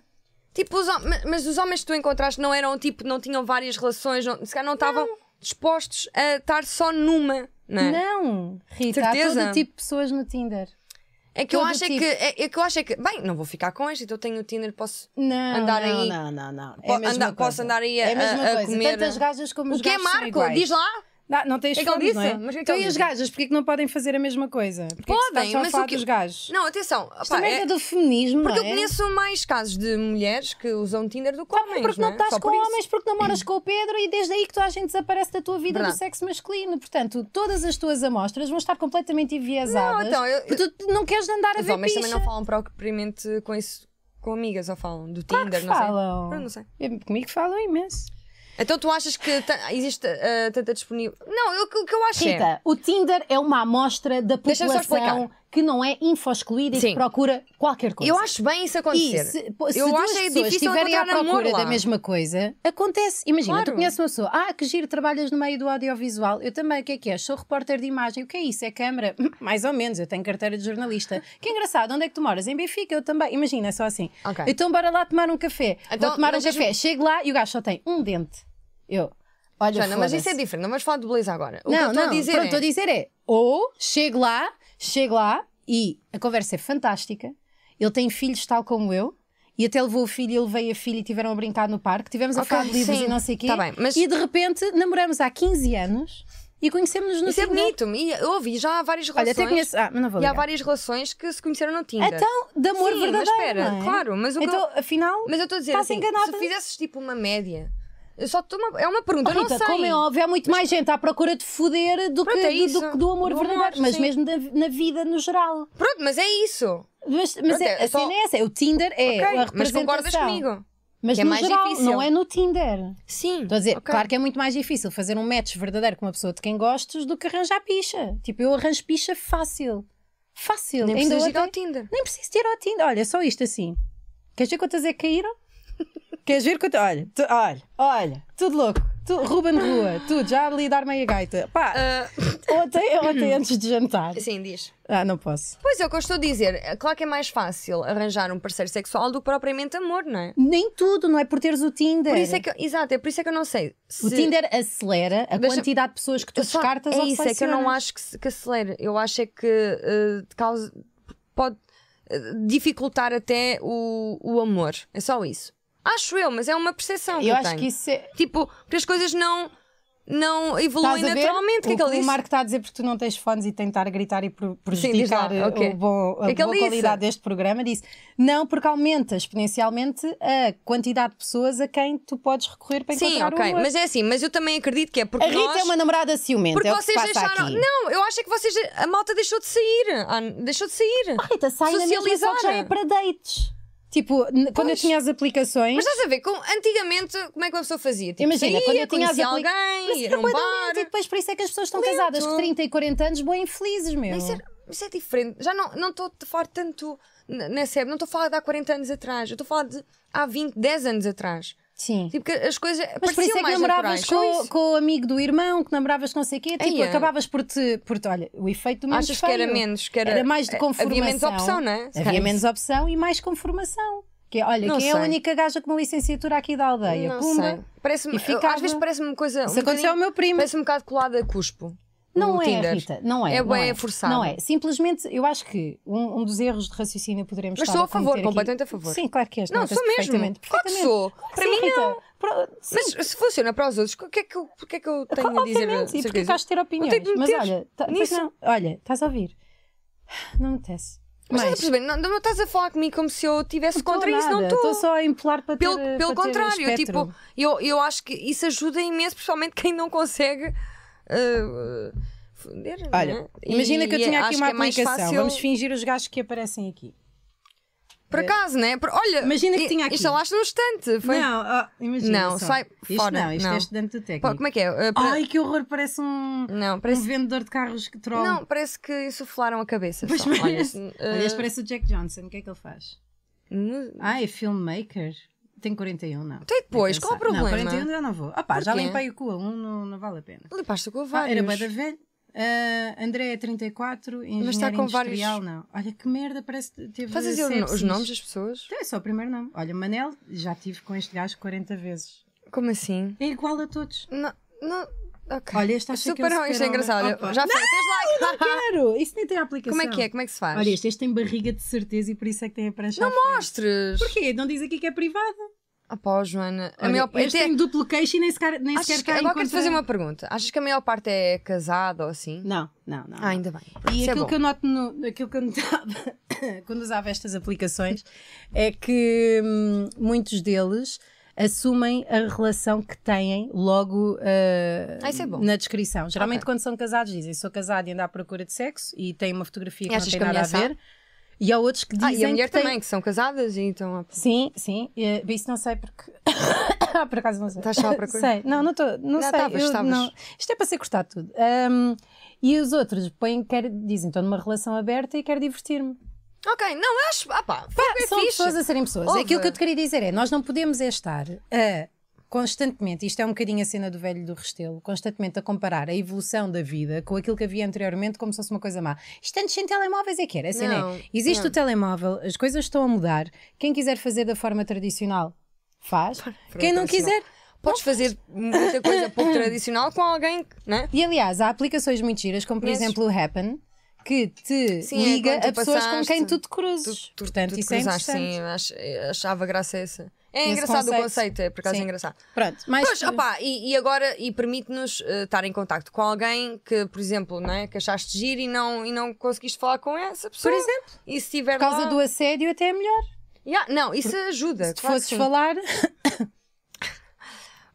Tipo, os hom- mas- mas os homens que tu encontraste não eram tipo, não tinham várias relações, não, se calhar não estavam dispostos a estar só numa, não é?
Não, Rita, há
Certeza?
todo tipo de pessoas no Tinder.
É que eu
todo
acho é
tipo.
que é, é que eu acho é que, bem, não vou ficar com este, então tenho o Tinder, posso
Não,
Andar
não,
aí-
não, não, não. É
Po-
a mesma
andar-
coisa.
posso andar aí a-
é a, mesma
a- a
coisa.
comer-
Tanto as gajas como os
O que é
gajos são
Marco?
iguais.
Diz lá.
Não, não tens
É que ele
fome, não é?
disse, mas o que é que
então
ele
e as
disse?
gajas? Porquê que não podem fazer a mesma coisa? Porquê que se
Podem,
está só a
mas
falar
o que-
dos gajos?
Não, atenção.
Esta
pá,
merda
é-
do feminismo,
porque eu
não é?
conheço mais casos de mulheres que usam Tinder do que homens.
Porque
não é?
não estás
Só
com
por isso. Hum.
homens, porque namoras com o Pedro e desde aí que toda a gente desaparece da tua vida
Verdade.
do sexo masculino. Portanto, todas as tuas amostras vão estar completamente enviesadas.
Não, então, eu-
porque tu não queres andar a
Os
ver
homens
picha.
também não falam propriamente com isso, com amigas, ou falam do
Claro que
Tinder, não sei.
falam.
Eu não sei.
Eu- Comigo falam imenso.
Então tu achas que ta- existe eh, ah, tanta disponível? Não, eu- o que eu acho é.
Rita, o Tinder é uma amostra da
Deixa-me só
população que não é info-excluída e
Sim.
que procura qualquer coisa.
Eu acho bem isso acontecer.
E se, pô, se
Eu
duas
acho é
pessoas
difícil
estiverem à
encontrar amor
procura da
lá.
mesma coisa, acontece. Imagina,
Claro.
tu conheces uma pessoa, ah, que giro, trabalhas no meio do audiovisual. Eu também, o que é que é? Sou repórter de imagem. O que é isso? É câmara? Hum, Mais ou menos, eu tenho carteira de jornalista. Que engraçado, onde é que tu moras? Em Benfica, eu também. Imagina, é só assim.
Ok.
Então bora lá tomar um café.
Então,
Vou tomar um
mas diz-me-
café. Chego lá e o gajo só tem um dente. Eu, olha,
Joana, mas isso
foda-se.
é diferente. Não vamos falar de beleza agora. O que eu
Não,
estou
não,
a dizer
pronto,
é-
estou a dizer é ou chego lá, chego lá e a conversa é fantástica. Ele tem filhos tal como eu. E até levou o filho e eu levei a filha e tiveram a brincar no parque. Tivemos a
Ok,
falar de livros
sim,
e não sei o quê.
tá bem, mas-
E de repente namoramos há 15 anos e conhecemos-nos no
Isso é
Tinder.
bonito. E eu ouvi já há várias
assim, Olha,
relações.
até conheço. Ah, mas não vou
E há
ligar.
várias relações que se conheceram no Tinder.
Então, de amor
Sim,
verdadeiro.
Mas espera,
não é?
claro, mas o que eu...
Então, afinal,
Mas eu estou a dizer
estás
assim,
enganada.
se fizesses tipo uma média, eu só estou uma... é uma pergunta, eu
Rita,
não sei.
como é óbvio, há muito mais gente à procura de foder do,
Pronto,
que,
é
do- do,
isso.
que do amor
Do amor,
verdadeiro. mas
sim.
mesmo na- na vida no geral.
Pronto, mas é isso.
Mas, mas
Pronto,
é,
é
a
só-
cena é essa, é o Tinder é
Ok,
a
Mas
representação.
concordas comigo?
Mas
Que é
no
mais
geral,
difícil.
não é no Tinder.
Sim.
Estou a dizer,
ok.
claro que é muito mais difícil fazer um match verdadeiro com uma pessoa de quem gostas do que arranjar picha. Tipo, eu arranjo picha fácil. Fácil.
Nem
Ainda
precisas ir
ontem-
ao Tinder.
Nem preciso ir ao Tinder. Olha, só isto assim. Queres ver quantas é que caíram? Queres ver quantas? Olha, tu- olha, olha, tudo louco. Tu, Ruben Rua, tudo, já ali dar meia gaita. Pá,
Ah,
ontem, ontem antes de jantar.
sim, diz.
Ah, não posso.
Pois é, o que eu estou a dizer. É Claro que é mais fácil arranjar um parceiro sexual do que propriamente amor, não é?
Nem tudo, não é por teres o Tinder.
Por isso é que eu, exato, é por isso é que eu não sei.
O
se-
Tinder acelera a
Deixa-
quantidade de pessoas que tu
Eu só-
descartas
é
ou
isso, é que eu não
selecionas.
acho que, se- que acelere. Eu acho é que eh, de causa, pode eh, dificultar até o, o amor. É só isso. Acho eu, mas é uma percepção que
Eu
eu
acho
tenho.
que isso é.
Tipo, porque as coisas não, não evoluem
Estás a ver?
naturalmente. O que é que
o,
ele
o
disse?
Marco está a dizer porque tu não tens fones e tentar gritar e pro-
diz lá,
prejudicar eh,
ok.
o bom,
O que
a
é que ele
boa
disse?
qualidade deste programa. Disse: não, porque aumenta exponencialmente a quantidade de pessoas a quem tu podes recorrer para
Sim,
encontrar o
ok.
amor.
Mas é assim, mas eu também acredito que é porque
A Rita
nós...
é uma namorada ciumenta.
Porque
é o que se
vocês
passa
deixaram.
aqui.
Não, eu acho é que vocês. A malta deixou de sair. Ah, deixou de sair.
A Rita sai na mesma, só que já é
Socializar.
para dates. Tipo, n- quando eu
Pois.
tinha as aplicações.
Mas estás a ver, com, antigamente, como é que uma pessoa fazia? Tipo,
Imagina,
saía,
quando eu tinha as
conhecia
apli-
alguém,
Mas
ia
era
num
bué de
um bar.
lento e depois por isso é que as pessoas estão
Lento.
casadas com 30 e 40 anos, bem infelizes, meu.
Isso, era- isso é diferente. Já não não estou a falar tanto n- nessa época. Não estou a falar de há 40 anos atrás. Eu estou a falar de há 20, 10 anos atrás.
Sim.
Tipo, que as coisas.
Mas por isso é que
mais
namoravas
naturais, só
com,
isso.
com o amigo do irmão, que namoravas com não sei o quê, tipo,
Eia.
acabavas por te, por te- Olha, o efeito do menos
Achas que era
feio.
menos? Que era, É,
Era mais de conformação.
Havia menos opção, não é? Se
Havia
calhar
menos opção e mais conformação. Que, é, olha,
Não
quem é a
sei.
única gaja com uma licenciatura aqui da aldeia?
Não
Pumba.
sei. Parece-me,
E
eu-
ficava.
Às vezes parece-me coisa.
Isso
um
aconteceu ao
bocadinho-
meu primo.
Parece um bocado colada a cuspo.
Não
o
é,
Tinder.
Rita, não é.
É
não
bué forçado.
Não é. Simplesmente, eu acho que um, um dos erros de raciocínio poderemos
Mas
estar
sou a favor,
cometer aqui-
completamente a favor.
Sim, claro que és.
Não,
notas
sou mesmo.
Perfeitamente.
Claro que
perfeitamente.
sou.
Claro que
Para
sim,
mim,
Rita.
não.
Pro- sim,
Mas se funciona para os outros, o que é que eu, o que é que eu tenho a dizer?
Obviamente, e
acerca
porque
disso?
estás de ter opiniões.
tenho de
Mas
meter
olha, tá- pois
nisso.
não, olha, estás a ouvir. Não me tece.
Mas estás a
Mais.
perceber? Não, não estás a falar comigo como se eu tivesse
Não
contra
tô
isso, não
nada,
estou.
só a empelar para
Pelo,
ter
pelo
para ter
contrário,
espectro.
tipo, eu, eu acho que isso ajuda imenso, principalmente quem não consegue. ah, foder, não é?
Olha, imagina
E-
que eu
e
tinha aqui
acho
uma
que é mais
aplicação.
fácil-
Vamos fingir os gajos que aparecem aqui.
Por acaso, né? Por- olha,
Imagina que
i-
tinha aqui.
instalaste num instante. Foi...
Não, ah, imagina.
Não,
só.
sai
Isto
fora,
não, isto
não.
é estudante do
Pá,
técnico.
como é que é? Ah, pra-
Ai, que horror, parece um,
Não,
um
parece.
vendedor de carros que troll.
Não, parece que insuflaram a cabeça.
Pois
só. Olha,
parece.
se-
Olha, este
ah,
parece o Jack Johnson, o que é que ele faz?
mu-
Ah, é filmmaker? Tem 41, não.
Tem depois,
Nem
qual o
pensar.
problema?
Não, 41 já não vou. Ah pá, já
Porquê?
limpei o cu, a um não, não vale a pena.
Limpaste com
Ah,
vários.
era bué da velho. Ah, André é 34, engenheiro
está com
industrial,
vários-
não. Olha que merda, parece que teve
Estás a dizer assim o no- os
sepsis.
nomes das pessoas?
Então é só o primeiro nome. Olha, Manel, já tive com este gajo 40 vezes.
Como assim?
É igual a todos.
Não, não. Ok.
Olha, este acha que é
Super,
o
não, isto é
super-homem.
engraçado.
Opa.
Já foi, tens like.
Claro, isso nem tem aplicação.
Como é que é? Como é que se faz?
Olha, este, este tem barriga de certeza e por isso é que tem a prancha Não
Mostres!
Porquê? Não diz aqui que é privado.
Ah pá, ó, Joana, a
Olha,
maior parte.
este tem duplo queixo e nem sequer, nem
Achas
sequer
que...
cá
Agora quero te
encontra-
fazer uma pergunta. Achas que a maior parte é casada ou assim?
Não, não, não.
Ah, ainda bem.
E
Isso é
aquilo
bom.
que eu noto no, aquilo que eu notava quando usava estas aplicações é que hum, muitos deles assumem a relação que têm logo ah,
Ah, isso é bom.
na descrição. Geralmente
Ok.
quando são casados dizem sou casado e ando à procura de sexo e têm uma fotografia que
E achas
não tem
que a
nada a
mulher
ver. E há outros que dizem é
Ah, e a mulher
que têm-
também, que são casadas e então. ah,
Sim, sim. eh, Isso não sei porque. Ah, por acaso não sei.
Estás só à procura?
Sei. Não, não estou. Não
Já
sei.
estavas,
eu
estavas.
não- Isto é para ser cortado tudo. Ahm, E os outros põem, quer, dizem, estou numa relação aberta e quero divertir-me.
Ok, não, eu acho. Ah, pá, fogo é
São
fixe.
pessoas a serem pessoas.
Ouve.
Aquilo que eu te queria dizer é: nós não podemos é estar a constantemente, isto é um bocadinho a cena do velho do Restelo, constantemente a comparar a evolução da vida com aquilo que havia anteriormente como se fosse uma coisa má. Isto antes sem telemóveis é que era. A cena
Não,
é, existe
não.
o telemóvel, as coisas estão a mudar. Quem quiser fazer da forma tradicional, faz. Quem não
tradicional.
quiser.
assim, Podes fazer muita coisa pouco tradicional com alguém, que- né?
E aliás, há aplicações muito giras, como por
Mas-
exemplo o Happen, que te
Sim, é
liga
quando tu
a pessoas com quem
passaste,
tu te cruzes.
Tu- tu-
Portanto,
tu te
isso
cruzaste,
é
sim,
interessante.
ach- achava graça essa. É
Esse
engraçado
conceito.
o conceito, é por acaso
Sim.
engraçado.
Pronto, mais
Pois, opá, e, e agora e permite-nos eh, estar em contacto com alguém que, por exemplo, não é, que achaste giro e não, e não conseguiste falar com essa
por
pessoa.
exemplo,
E se tiver
por causa
lá-
do assédio até é melhor.
Yeah, não, isso ajuda.
Se tu
claro que
fosses
sim.
falar,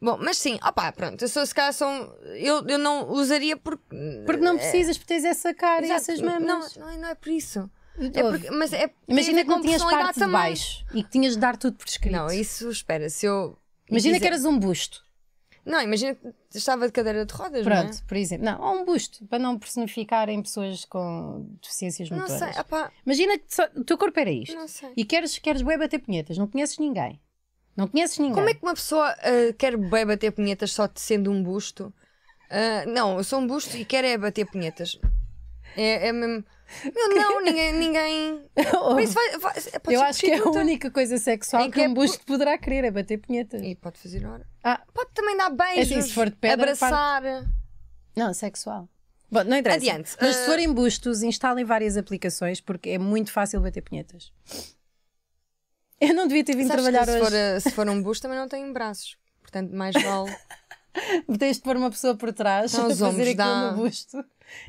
Bom, mas sim, opá, pronto, eu sou se calhar sou um- eu, eu não usaria porque. eh,
porque não precisas, porque tens essa cara e
É. Exato,
essas mamas.
Não, não, é- não é por isso. É
Ouve,
porque- mas é, tem a
Imagina
ver
que não
com
tinhas
personalidade
parte de
também.
baixo e que tinhas de dar tudo por escrito.
Não, isso espera, se eu.
Imagina
quiser-
que eras um busto.
Não, imagina que estava de cadeira de rodas, é?
Pronto, por exemplo. Não, ou um busto, para não personificar em pessoas com deficiências
não é? Não
motoras.
sei, opá,
Imagina que só- o teu corpo era isto.
não sei.
E queres, queres bué bater punhetas, não conheces ninguém. Não conheces ninguém.
Como é que uma pessoa ah, quer bem bater punhetas só te sendo um busto? Ah, não, eu sou um busto e quero é bater punhetas. É, é mesmo. Não, não, ninguém. ninguém... Por isso vai, vai- pode
Eu
ser
acho que é a
prostituta.
única coisa sexual
Em
que,
que é
um busto poderá querer é bater punhetas.
E pode fazer hora.
Ah.
Pode também dar beijos,
Assim, se for de pedra,
abraçar.
Não, sexual. Bom, não interessa.
Adiante.
Mas se
Eh,
forem bustos, instalem várias aplicações porque é muito fácil bater punhetas. Eu não devia ter vindo
Sabes que
trabalhar
se, for,
hoje.
ah, se for um busto, também não tem braços. Portanto, mais vale.
Tens de pôr uma pessoa por trás
Não,
a
os ombros
fazer aquilo
dá-
no busto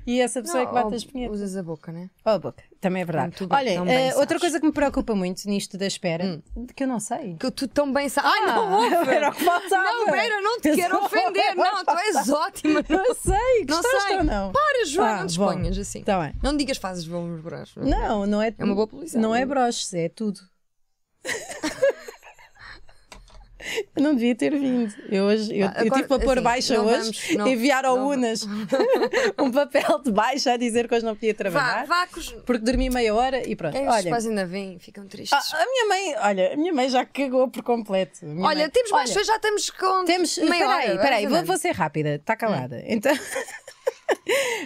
e essa pessoa é que
Não,
bate as
ou
punhetas.
Usas a boca, né?
Oh, boca. Também é verdade.
Muito bem,
Olha,
tão bem
eh,
sabes. Hum.
outra coisa que me preocupa muito nisto da espera, que eu não sei.
Que eu tu tão bem sabes. Ai, não, ouve!
Ah, era o que faltava.
Não, Beira, não te quero ofender. Não, tu és ótima.
Não sei,
Não
gostaste
sei.
ou não?
Para, Joana,
Ah,
não te
bom.
exponhas assim.
Tá bem.
Não digas fazes bons braços.
Não, não é.
É uma boa publicidade.
Não é broches, é tudo. Eu não devia ter vindo. Eu, hoje, eu,
Ah,
eu
agora,
tive para pôr
assim,
baixa
não
hoje,
vamos- não-
enviar ao
não-
Unas um papel de baixa a dizer que hoje não podia
Vá,
trabalhar.
vá É que os.
Porque dormi meia hora e pronto.
Quem os
é olha,
pais ainda vêm, ficam tristes.
a, a minha mãe, olha, a minha mãe já cagou por completo. A minha
olha,
mãe-
temos mais
Olha,
pessoas, já estamos com.
Temos.
meia hora, Hum.
Peraí,
vamos
peraí, vou,
andando.
vou ser rápida, está calada. Então.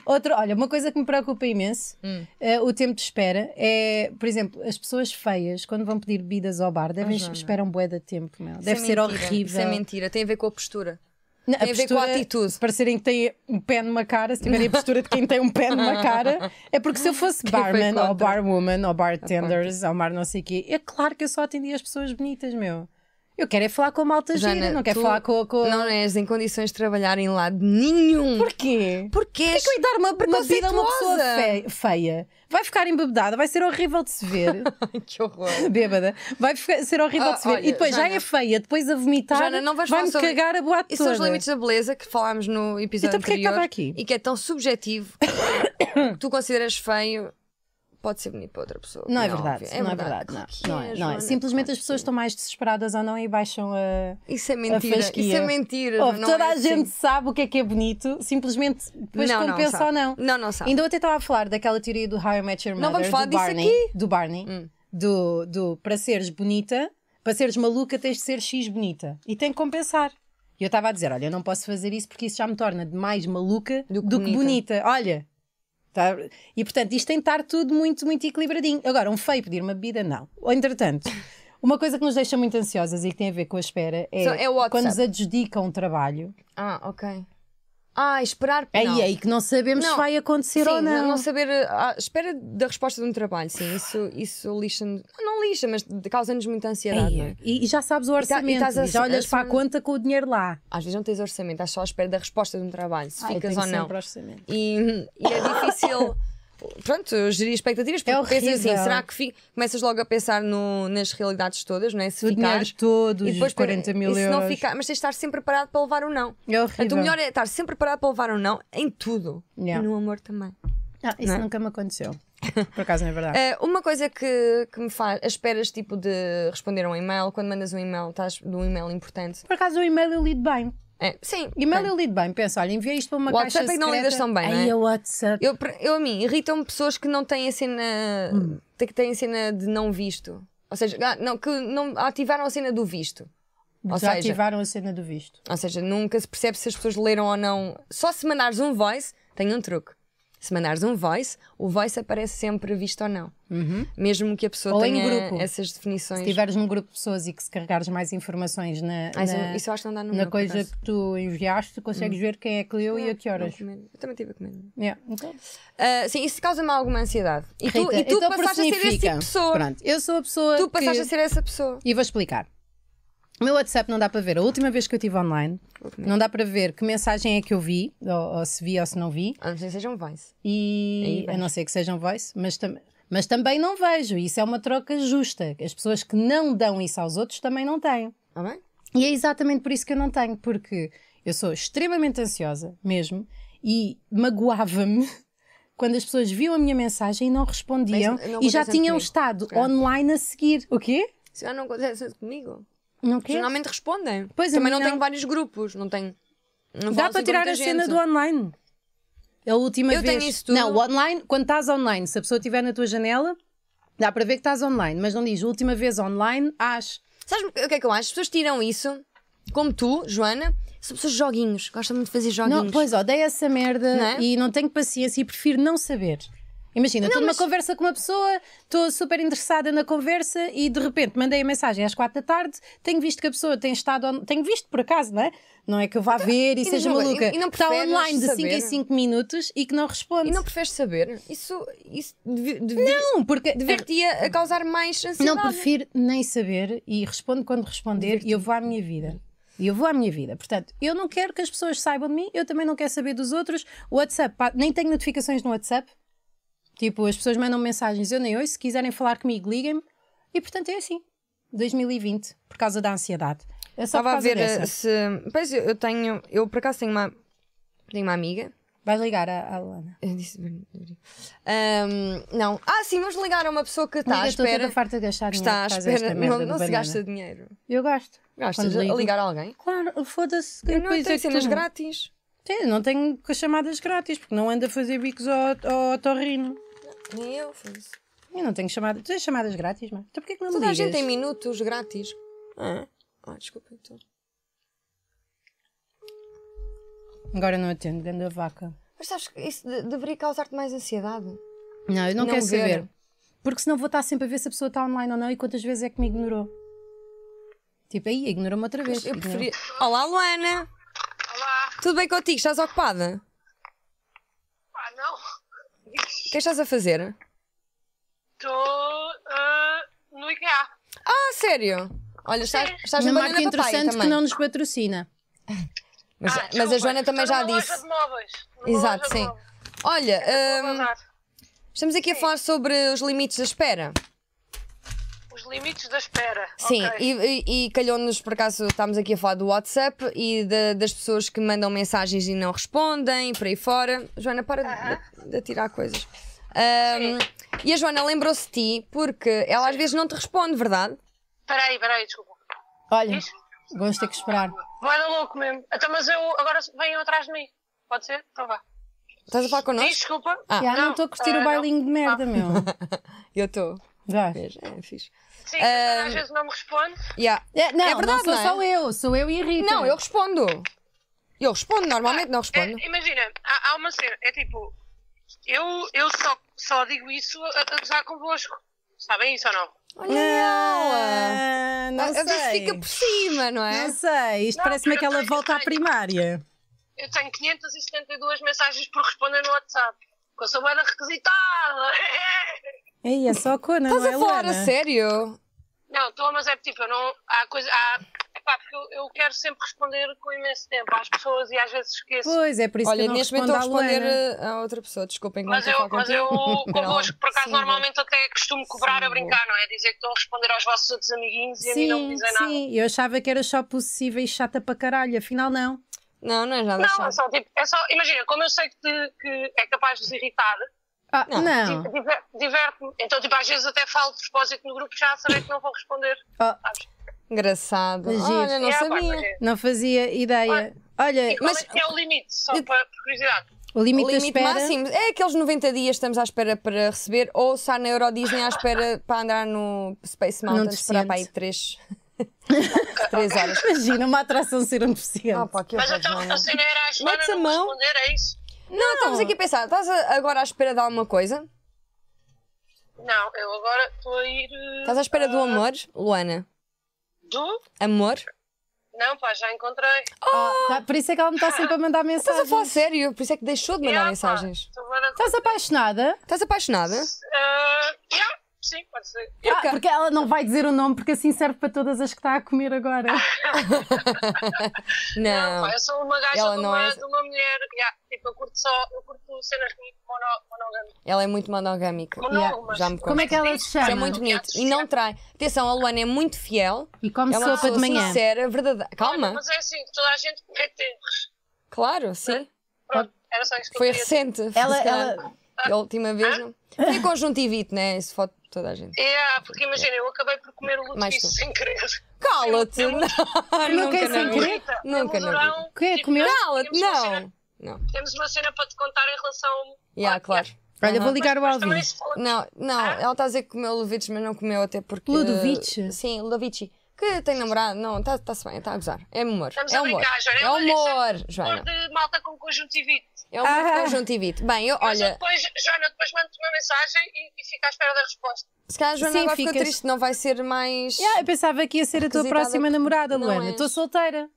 Outro, olha, uma coisa que me preocupa imenso,
Hum.
eh, o tempo de espera, é, por exemplo, as pessoas feias, quando vão pedir bebidas ao bar, devem
Ah, Joana.
esperam bué de tempo, meu.
Isso
Deve
é
ser
mentira, Isso
horrível.
é mentira, tem a ver com a postura.
Não,
Tem a ver com a atitude.
Se parecerem que têm um pé numa cara, se tiverem a postura de quem tem um pé numa cara, é porque se eu fosse
foi
barman ou
contra?
barwoman ou bartenders ou bar não sei o quê, é claro que eu só atendia as pessoas bonitas, meu. Eu quero é falar com a malta gira, não quero
tu
falar com, a- com... a-
Não és em condições de trabalhar em lado nenhum.
Porquê?
Porque és
que eu ia dar uma, uma vida a uma pessoa
preconceituosa.
fe- feia? Vai ficar embebedada, vai ser horrível de se ver.
que horror.
Bêbada, vai ficar- ser horrível
Ah,
de se ver.
olha,
e depois já
Joana.
é feia, depois a vomitar,
Joana, não vais
vai-me
falar sobre-
cagar a boate
Esses são os
toda.
limites da beleza que falámos no episódio
Então porquê é que
anterior.
estava aqui?
E que é tão subjetivo que tu consideras feio, pode ser bonito para outra pessoa.
Não é verdade,
óbvio.
não é verdade.
Claro que
Não, não é, não é.
Joana,
Simplesmente
claro
as
que
pessoas
sim.
estão mais desesperadas ou não e baixam a.
Isso é mentira, isso
fasquia.
é mentira.
Ouve,
não
toda
é
a
assim.
gente sabe o que é que é bonito, simplesmente depois
não, não,
compensa
sabe.
ou não.
Não, não sabe.
Ainda ontem estava a falar daquela teoria do How I Met Your
Tá. Não
Mother,
vamos falar
do,
disso Hum.
Barney, do Barney, do, do para seres bonita, para seres maluca tens de ser X bonita e tem que compensar. E eu estava a dizer, olha, eu não posso fazer isso porque isso já me torna de mais maluca do que, bonita. Olha, tá- e portanto isto tem de estar tudo muito, muito equilibradinho. Agora, um feio pedir uma bebida, não. Ou, Entretanto, uma coisa que nos deixa muito ansiosas e que tem a ver com a espera é,
Só é o WhatsApp.
quando nos adjudicam um trabalho.
Ah, ok. Ah, esperar.
É
não.
aí que não sabemos se
Não.
vai acontecer
Sim,
ou
não. não saber. ah, espera da resposta de um trabalho, sim. Isso, isso lixa-nos. Não, não lixa, mas causa-nos muita ansiedade. não é?
Ei, e, e já sabes o
tá- e
orçamento, e,
estás a-
já olhas
a-
para a conta com o dinheiro lá.
Às vezes não tens orçamento, estás só à espera da resposta de um trabalho, se
Ai,
ficas
tenho
ou não.
sempre orçamento.
E, e é difícil. Pronto, gerir expectativas, porque
É
pensas assim,
horrível.
será que fico? Começas logo a pensar no- nas realidades todas, não é? Se
O
ficares.
dinheiro todo,
E
os
depois
40 mil
e se
euros.
não ficar, mas tens de estar sempre preparado para levar ou não.
É
Então
horrível.
o melhor é estar sempre preparado para levar ou não em tudo.
Yeah.
E no amor também.
Ah, isso
não é?
nunca me aconteceu. Por acaso não é verdade.
Eh, uma coisa que, que me faz. As esperas tipo de responder a um e-mail, quando mandas um e-mail, estás de um e-mail importante.
Por acaso o e-mail eu lido bem.
É, sim.
E-mail
tem.
eu lido bem, penso, olha, enviei isto para uma
WhatsApp
caixa
é que não
secreta.
lidas tão bem, não
Ai,
é?
o WhatsApp.
Eu, pre- eu a mim, irritam-me pessoas que não têm a cena.
Hum.
que têm a cena de não visto. Ou seja, ah, não, que não ativaram a cena do visto. Ou seja-
Desativaram a cena do visto.
Ou seja, nunca se percebe se as pessoas leram ou não. Só se mandares um voice, tem um truque. Se mandares um voice, o voice aparece sempre visto ou não. Mesmo que a pessoa
Uhum. Ou em
tenha
grupo.
essas definições.
Se tiveres num grupo de pessoas e que se carregares mais informações na,
Ah, isso-
na,
isso eu acho que não dá no
na
meu, por
coisa
acaso. Hum.
que tu enviaste, consegues ver quem é que leu e a que horas.
Não recomendo. Eu também tive a comer.
Yeah, então.
Ah, sim, isso causa-me alguma ansiedade. E tu,
Rita,
e tu
então
passaste a ser esse tipo
personifica.
de pessoa.
Pronto, eu sou a pessoa
Tu passaste
que...
a ser essa pessoa.
E vou explicar. O meu WhatsApp não dá para ver. A última vez que eu estive online, não dá para ver que mensagem é que eu vi, ou, ou se vi ou se não vi,
A não ser que seja um vice. Aí
e
vais.
a não ser que sejam voice, mas, tam mas também não vejo. Isso é uma troca justa. As pessoas que não dão isso aos outros também não têm.
Está Tá bem?
E é exatamente por isso que eu não tenho, porque eu sou extremamente ansiosa, mesmo, e magoava-me quando as pessoas viam a minha mensagem e não respondiam
Mas não
e
acontece
já
assim
tinham
comigo.
estado
É.
online a seguir. O quê?
Se não acontece isso comigo.
Não quê?
Geralmente respondem.
Pois, a
Também
mim
não,
não.
tenho vários grupos. Não tenho. não falo
Dá
assim
para
com
tirar
muita
a cena
gente.
do online. A última
Eu
vez.
tenho isso tudo.
Não, o online, quando estás online, se a pessoa estiver na tua janela, dá para ver que estás online, mas não diz última vez online, às.
Sabes o que é que eu acho? As pessoas tiram isso, como tu, Joana, são pessoas de joguinhos. Gostam muito de fazer joguinhos.
Não, pois odeio essa merda
Não é?
e não tenho paciência e prefiro não saber. Imagina, estou numa
mas-
conversa com uma pessoa, estou super interessada na conversa e de repente mandei a mensagem às quatro da tarde, tenho visto que a pessoa tem estado. on- Tenho visto por acaso, não é? Não é que eu vá ver e,
diz-me
seja
uma coisa,
maluca.
e- e não
Está
preferes
online de 5
saber?
em 5 minutos e que não responde.
E não preferes saber? Isso, isso devi- devi-
é. Não, porque
dever-te-ia a causar mais ansiedade.
Não, prefiro nem saber e respondo quando responder e eu vou à minha vida. E eu vou à minha vida. Portanto, eu não quero que as pessoas saibam de mim, eu também não quero saber dos outros. O WhatsApp, pá, nem tenho notificações no WhatsApp. Tipo, as pessoas mandam mensagens, eu nem ouço. Se quiserem falar comigo, liguem-me. E portanto é assim. 2020, por causa da ansiedade. É só
Estava
por
a
causa
ver eh,
dessa.
se. Pois eu, eu tenho. Eu por acaso tenho uma. Tenho uma amiga.
Vais ligar à, à Lana.
Eu disse. Ahm, não. Ah, sim, vamos ligar a uma pessoa que está
Liga,
à
estou
Tá, espera.
toda farta de gastar
que
dinheiro
está à
por causa desta
espera.
merda
Não,
do
não se
banana.
gasta dinheiro.
Eu gasto.
Gastas
Quando
a
ligo.
a ligar a alguém?
Claro, foda-se.
Eu não
depois é
tenho
que
cenas
tu-
grátis.
Sim, não tenho com as chamadas grátis, porque não ando a fazer bicos ao, ao torrino.
Nem eu fiz.
Eu não tenho chamadas. Tu tens chamadas grátis, mas então porquê que não me
Toda a
ligas?
gente tem minutos grátis. Ah, ah desculpa, então.
Agora não atendo, grande a vaca.
Mas sabes que isso de- deveria causar-te mais ansiedade?
Não, eu não,
Não
quero
ver.
saber. Porque senão vou estar sempre a ver se a pessoa está online ou não e quantas vezes é que me ignorou. Tipo, aí, ignorou-me outra vez.
Eu
ignorou.
preferia. Olá, Luana!
Olá.
Tudo bem contigo? Estás ocupada?
Ah, não.
O que estás a fazer?
Estou no IKEA.
Ah, sério? Olha, estás, estás
Uma
no
marca
Banana Papaya
interessante
também.
que não nos patrocina.
Mas,
Ah,
mas a
desculpa,
Joana também
estou
já
numa
disse.
Loja de móveis. Numa
Exato,
loja de
sim.
móveis.
Olha,
Vou
hum,
andar.
estamos aqui a falar sobre os limites da espera.
Os limites da espera.
Sim,
Ok.
e, e- e calhou-nos, por acaso, estamos aqui a falar do WhatsApp e da- das pessoas que mandam mensagens e não respondem, por aí fora. Joana, para de- de, de atirar coisas. Hum, e a Joana lembrou-se de ti porque ela às vezes não te responde, verdade?
Peraí, peraí, desculpa.
Olha,
Diz?
vamos ter que esperar.
Vai da louco mesmo. Então, mas eu agora venham atrás de mim. Pode ser? Então vá.
Estás a falar
Diz,
connosco?
desculpa.
Ah.
Já não estou a curtir
ah,
o
não.
bailinho de merda, meu.
Eu estou.
Gosto.
É, fixe.
Sim, a
ah,
Joana às vezes não me responde.
Yeah.
É, não,
É verdade,
não sou
não é?
só eu, sou eu e a Rita.
Não, eu respondo. Eu respondo, normalmente não
É,
respondo.
imagina, há, há uma cena. É tipo, eu, eu só, só digo isso a, a gozar convosco. Sabem isso ou não?
Olha ela!
Ah, não
Às vezes
sei.
fica por cima, não é?
Não sei, isto
Não,
parece-me
porque eu
aquela
tenho-
volta à
eu tenho.
primária.
Eu tenho 572 mensagens por responder no WhatsApp. porque Eu sou bem requisitada.
Ei, é só a cona, não
Estás
é,
a falar
Luana?
a sério?
Não, estou, mas é tipo, eu não. Há coisa. Há, epá, porque eu, eu quero sempre responder com imenso tempo às pessoas e às vezes esqueço.
Pois, é por isso que
Olha,
eu não
neste
respondo
momento
à
estou a responder
Luana.
eh, a outra pessoa, desculpem que não
Mas
estou a
eu,
falar
mas
contigo.
eu convosco, por acaso,
é Sim,
normalmente até costumo cobrar
Sim,
a brincar, não é? Dizer que estão a responder aos vossos outros amiguinhos e a mim não me
Sim,
dizem nada.
sim, eu achava que era só possível e chata para caralho, afinal não.
Não, não é nada
Não, é
chato.
só tipo. É só, imagina, como eu sei que, te- que é capaz de vos irritar,
Ah,
Não.
não.
di- diver- diverte-me. Então, tipo, às vezes até falo de propósito no grupo já a saber que não vou responder.
Oh,
Engraçado.
Mas giro.
Olha, não
É, pá, mas
sabia.
é-
não fazia ideia. Olha,
Mas
Mas-
é o limite, só para por curiosidade.
o
O
limite, da
limite
espera.
máximo é aqueles 90 dias estamos à espera para receber, ou estar na Euro Disney à espera para andar no Space Mountain, esperar
deficiente.
para aí 3, horas.
Imagina uma atração ser um deficiente.
Ah, pá, que
Mas
horror,
então
Joana.
a cena era a
Mete-se a
Joana não
mão.
responder, é isso?
Não, estamos aqui a pensar, estás a- agora à espera de alguma coisa?
Não, eu agora estou a ir. eh,
Estás à espera do amor, Luana?
Do?
Amor?
Não, pá, já encontrei.
Ah, tá- por isso é que ela me está sempre a mandar
Estás a
mensagem.
falar sério, por isso é que deixou de mandar
Yeah, pá,
mensagens.
estou agora-
Estás apaixonada?
Estás apaixonada?
Ah, yeah, sim, pode ser.
Por
Ah,
quê?
porque ela não vai dizer o nome, porque assim serve para todas as que está a comer agora.
Não,
Não.
pá, eu sou uma gaja
Ela
de
não
uma,
é-
de uma mulher. yeah, tipo, eu curto só, eu curto cenas muito mono- monogâmicas.
Ela é muito monogâmica.
Monógamas.
Yeah, Já me
Como é que ela se chama?
É muito bonito. E não trai. Atenção, a Luana é muito fiel.
E come
É uma
sopa
pessoa
de manhã.
sincera, verdadeira. Calma,
Mas é assim, toda a gente comete erros.
claro, sim.
Pronto, era só isso que
Foi
eu queria.
recente.
Ela-
se calhar.
ela-
A última vez. Não... Foi conjuntivite, né? Isso foto de toda a gente.
É, porque imagina, eu acabei por comer o
Mais
lutefice
tu.
sem querer.
Cala-te!
Eu- eu-
Não,
nunca
nunca
sem
na
querer.
vida. Nunca na vida.
não.
O quê? Comeu?
Cala-te, não! Não.
Temos uma cena para te contar em relação.
Yeah,
Ah,
claro.
Olha,
Aham.
vou ligar o
Mas também
Alvin.
se fala-
Não, não,
ah.
ela está a dizer que comeu Ludovici, mas não comeu até porque.
Ludovici?
Sim, Ludovici. Que tem namorado, não, está tá se bem, está a gozar. É humor.
Estamos
é
a
humor.
brincar, Joana.
É
Olha,
humor,
isso
Joana.
Humor de malta com conjuntivite.
É humor
Ah.
de conjuntivite. Bem, eu,
Mas eu
olha,
depois, Joana, depois mando-te uma mensagem e, e fico à espera da resposta.
se calhar a Joana
Sim,
agora ficou
ficas-
triste, não vai ser mais.
Yeah, ah, eu pensava que ia ser a tua
Requisitada
próxima
porque
namorada,
não é.
Luana.
és.
Estou solteira.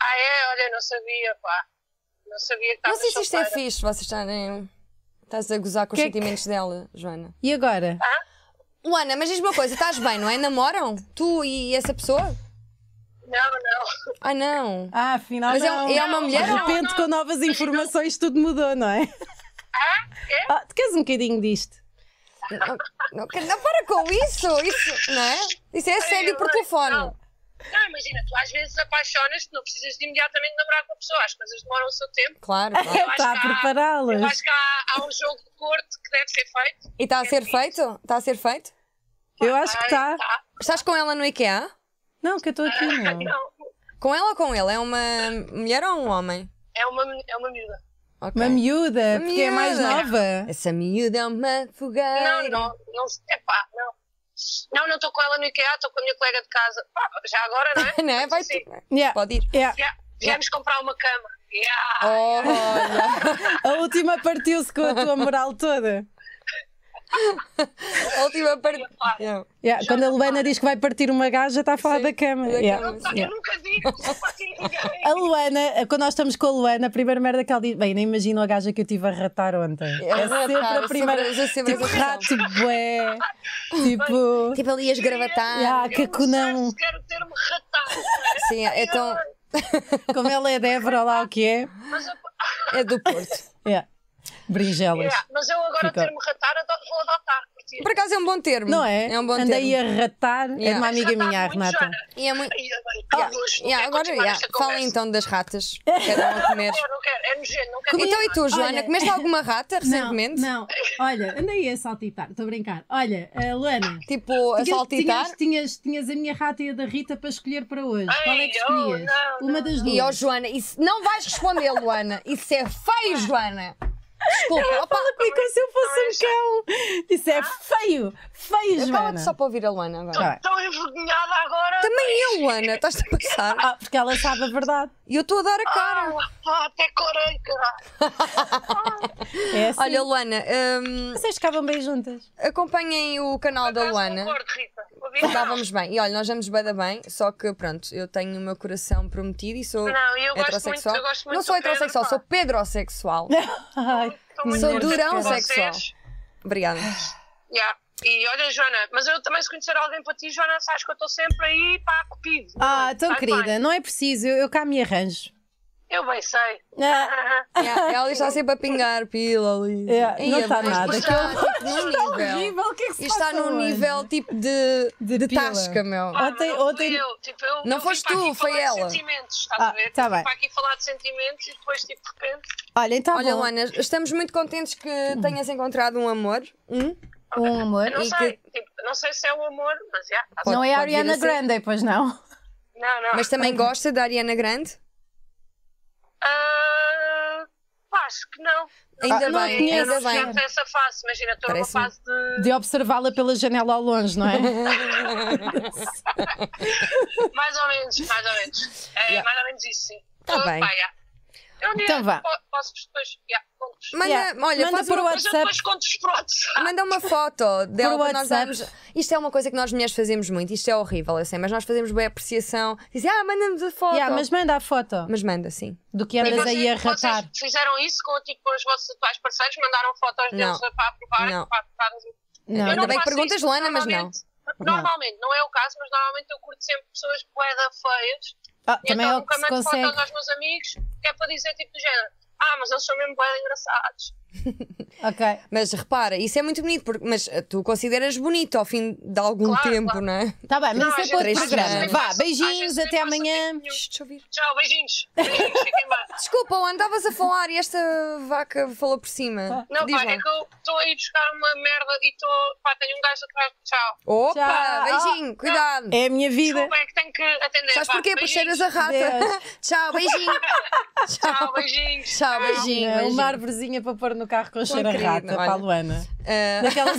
Ah, é? Olha, não sabia, pá. Não sabia que
Não
estavas
sei se isto é
solteira.
fixe, vocês estarem. Estás a gozar com os
Que é que-
sentimentos dela, Joana.
E agora?
Luana, mas diz-me uma coisa, estás bem, não é? Namoram? Tu e essa pessoa?
Não, não.
Ah, não.
Ah, afinal.
Mas é-
não.
é uma mulher
De
ou-
repente, com novas informações, tudo mudou, não é?
É?
Ah, tu queres um bocadinho disto?
Não, não, quero- não para com isso! Isso, não é? Isso é assédio por
Ai,
telefone.
Não. Não, imagina, tu às vezes apaixonas-te, não precisas de imediatamente namorar com a pessoa, as coisas demoram o seu tempo.
Claro,
É,
claro.
acho
está a
que há-
prepará-las.
Eu acho que há, há um jogo de corte que deve ser feito.
E está a ser feito? Está a ser feito?
Eu acho que está.
Tá.
Estás com ela no IKEA?
Não, que eu estou aqui,
É.
não.
Não,
Com ela ou com ele? É uma mulher ou um homem?
é uma, men- é uma miúda.
Ok.
Uma miúda,
Uma
porque é mais
miúda.
nova.
Essa miúda é uma
Não,
fogueira.
não, não, é pá, não. Não, não estou com ela no IKEA, estou com a minha colega de casa. Pá, já agora, não é?
Não é? Vai
Sim.
tu.
Yeah.
Pode ir. Oh,
Yeah.
Yeah. Viemos comprar uma cama. Yeah.
Olha.
A última partiu-se com a tua moral toda.
A última parte. Yeah.
Yeah, Quando a Luana diz que vai partir uma gaja, está a falar
Sim,
da cama.
da
Yeah.
cama,
Pá,
sim.
Yeah.
Eu nunca digo isso para ninguém.
A Luana, quando nós estamos com a Luana, a primeira merda que ela diz. Bem, nem imagino a gaja que eu tive a ratar ontem. É,
ratar,
sempre a
eu
primeira.
sempre- eu sempre
tipo,
essa
rato, bué. Tipo.
Tipo ali as gravatadas.
yeah, cacunão.
Não sei se Quero ter-me ratado.
Sim, é, tão... Tipo,
Como ela é Débora, lá o que é.
Mas, eu-
é do Porto.
Yeah. Brinjelas.
yeah, é, mas eu
Então.
agora
Fica.
ter-me ratar, ado- vou adotar. por ti.
Por acaso é um bom termo.
Não é?
É um bom
Andei
termo.
a ratar. É de
Yeah.
uma amiga
Ratar
minha, a
tá muito,
Renata.
Joana.
E é muito.
Ai, eu bem,
Yeah.
Deus, não
Yeah,
quero
agora,
continuar
yeah.
esta
fala
conversa.
então das ratas. Cada um a comer.
Não quero, não quero, é nojento, não quero.
Então e tu, Joana,
Olha-
comeste alguma rata recentemente?
Não, olha, andei a saltitar, estou a brincar. Olha, eh, Luana,
Tipo, a
tinhas-
saltitar?
Tinhas, tinhas, tinhas a minha rata e a da Rita para escolher para hoje.
Ai,
Qual é que
eu-
oh,
escolhias?
não,
Uma
não,
das duas.
E ó, Joana, isso não vais responder, Luana. Isso é
Ah.
feio, Joana. Desculpa, opa.
como é se eu fosse um cão. Isso é feio, feio,
Cala-te só para ouvir a Luana agora.
Tá bem.
Estou envergonhada agora.
Também eu, Luana, estás a passar.
Ah, porque ela sabe a verdade.
E eu estou a dar a cara.
Ah, pá, até corei, caralho.
É
Ah,
assim.
Olha, Luana, hum,
vocês ficavam bem juntas.
acompanhem o canal da
Estás
Luana.
concordo, Rita. Ouviste?
Estávamos bem. E olha, nós vamos bem da bem, só que pronto, eu tenho o meu coração prometido e sou
Não, eu gosto
heterossexual.
muito- eu gosto muito
não
do
sou
Pedro,
heterossexual,
pá.
sou pedrossexual.
Ai,
Estou muito
Sou
contente
durão
com vocês.
sexual. Obrigada.
Yeah. E olha, Joana, mas eu também se conhecer alguém para ti, Joana, sabes que eu estou sempre aí para a cupido.
ah, tão
Estás
querida,
bem?
não é preciso, eu, eu cá me arranjo.
Eu bem sei.
Ah,
Yeah, É, ela está sempre a pingar pila ali.
Yeah,
Ih,
não está
mas
nada,
Isto está tipo, num nível.
o que é que se
Isto está
passa
num
hoje?
nível tipo de,
De
de,
pila. Ah,
tasca, meu.
Pá,
Ontem-
não fui
ontem-
eu, tipo, eu-
Não
eu vim
foste
para
tu,
aqui
foi
falar de
ela.
Sentimentos, estás a
Ah,
ver?
tá
Vim
bem.
para aqui falar de sentimentos e depois, tipo, de repente.
Olha, então
Olha,
bom.
Luana, estamos muito contentes que tenhas encontrado um amor. Um.
um amor.
Eu não
E
sei. Tipo, não sei se é o amor, mas já. tá
Pode-
não é a
pode vir a
Ariana
ser.
Grande, pois não?
Não, não.
Mas também gosta da Ariana Grande?
Ah, pá, acho que não.
Ainda
Ah, não
bem,
conheço,
ainda
Eu não
bem.
chego nessa fase. Imagina, estou numa
Parece-me-
fase de.
De observá-la pela janela ao longe, não é?
Mais ou menos, mais ou menos. É,
Yeah.
Mais ou menos isso, sim.
Tá
Eu-
bem.
pá, yeah. Eu um dia
Então vá.
po- Posso-vos depois. Yeah, conto-vos.
Manda,
Yeah.
olha,
Manda
faz
por
uma-
WhatsApp.
Mas eu depois conto-vos para o WhatsApp.
Manda uma foto dela
Por
para nós
WhatsApp.
darmos. Isto é uma coisa que nós mulheres fazemos muito, isto é horrível, eu sei, mas nós fazemos boa apreciação. Dizem, ah, manda-nos a foto.
Yeah, mas manda a foto
Mas manda, sim.
do que andas aí a
vocês
ratar.
fizeram isso com, tipo, com os vossos atuais parceiros? Mandaram fotos deles
Não.
para aprovar?
Não.
Para aprovar as
Não,
Ainda
não.
bem que
faço
perguntas,
isto,
Luana, mas não.
normalmente- Normalmente, não é o caso, mas normalmente eu curto sempre pessoas poeda feias.
Ah,
E
também
então
é o que
nunca
se
mando
consegue.
fotos aos meus amigos, que é para dizer tipo do género. Ah, mas eles são mesmo bem engraçados.
Ok.
Mas repara, isso é muito bonito, porque, mas eh, tu consideras bonito ao fim de algum
Claro,
tempo,
claro.
não é?
Tá bem, mas
Não,
isso
às
é para outro
vezes- às vezes
programa.
nem
Vá,
faço- às
beijinhos,
vezes
até
nem faço
amanhã.
tipo
Deixa eu ouvir.
Tchau, beijinhos. Beijinhos, fiquem bem.
Desculpa, onde estavas a falar e esta vaca falou por cima.
Não,
Diz
pá,
lá.
é que eu estou a ir buscar uma merda e estou. Pá, tenho um gajo atrás. Tchau.
Opa,
Tchau.
beijinho, cuidado.
É a minha vida.
Desculpa, é que tenho que atender.
Sabes
vá,
porquê? Porque
beijinhos.
cheiras a rata. Tchau, beijinho.
Tchau, beijinhos.
Tchau, beijinho.
Imagina,
beijinho.
é uma árvorezinha para pôr no carro com cheiro a
querido,
rata para
olha.
a Luana.
Ah,
Daquelas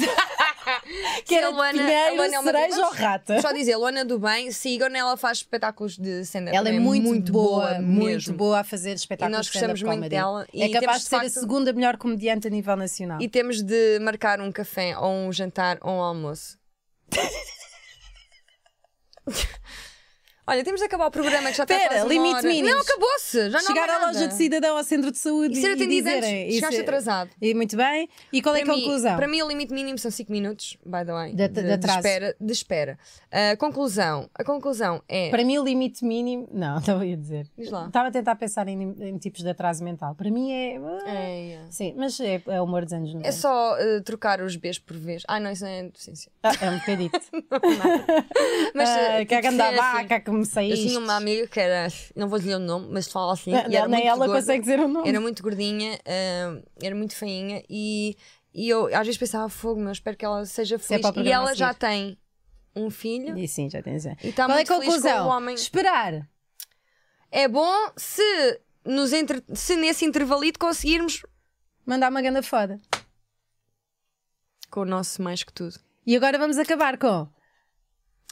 que era
a
de
Luana- a
pinheiro,
Luana é uma
cereja
atriz.
ou rata.
Só dizer, Luana do Bem, sigam-na, ela faz espetáculos de stand-up.
Ela é muito, boa, muito
mesmo.
boa a fazer
E
espetáculos
nós
de stand-up
gostamos muito
comedy.
dela. E
É
temos,
capaz de ser a
facto,
segunda melhor comediante a nível nacional.
E temos de marcar um café, ou um jantar, ou um almoço. Olha, temos de acabar o programa que já está
Pera,
quase uma
limite
hora.
mínimos.
Não, acabou-se. Já não há
Chegar à
nada.
loja de cidadão ao centro de saúde
E ser atendido antes.
dizerem,
Chegaste
isso é-
atrasado.
E muito bem. E qual é a
para mim-
conclusão?
para mim, o limite mínimo são 5 minutos, by the way.
De- de atraso.
espera. De espera. A conclusão. A conclusão é.
Para mim, o limite mínimo. Não, não ia dizer.
Diz lá.
Estava a tentar pensar em, em tipos de atraso mental. Para mim é.
É, é.
Sim, mas é, é humor dos anos 90.
É só eh, trocar os Bs por Vs. Ah, não, isso não é deficiência.
Ah, é um bocadito.
Mas
Ah,
eh,
que a
tem
ganda
ser assim.
vaca é que me
Eu
saíste.
tinha uma amiga que era, não vou dizer o nome, mas fala assim.
Não,
e era
nem
muito
ela
gorda,
consegue dizer o nome.
Era muito gordinha, ah, era muito feinha e, e eu às vezes pensava, fogo, mas espero que ela seja
é
feliz.
para o
e
programa a
ela
seguir.
já tem um filho
E sim, já tens a
e está
Qual é a
muito feliz com o
conclusão?
homem.
Esperar.
É bom se, nos entre- se nesse intervalito conseguirmos
Mandar uma ganda foda.
com o nosso mais que tudo.
E agora vamos acabar com.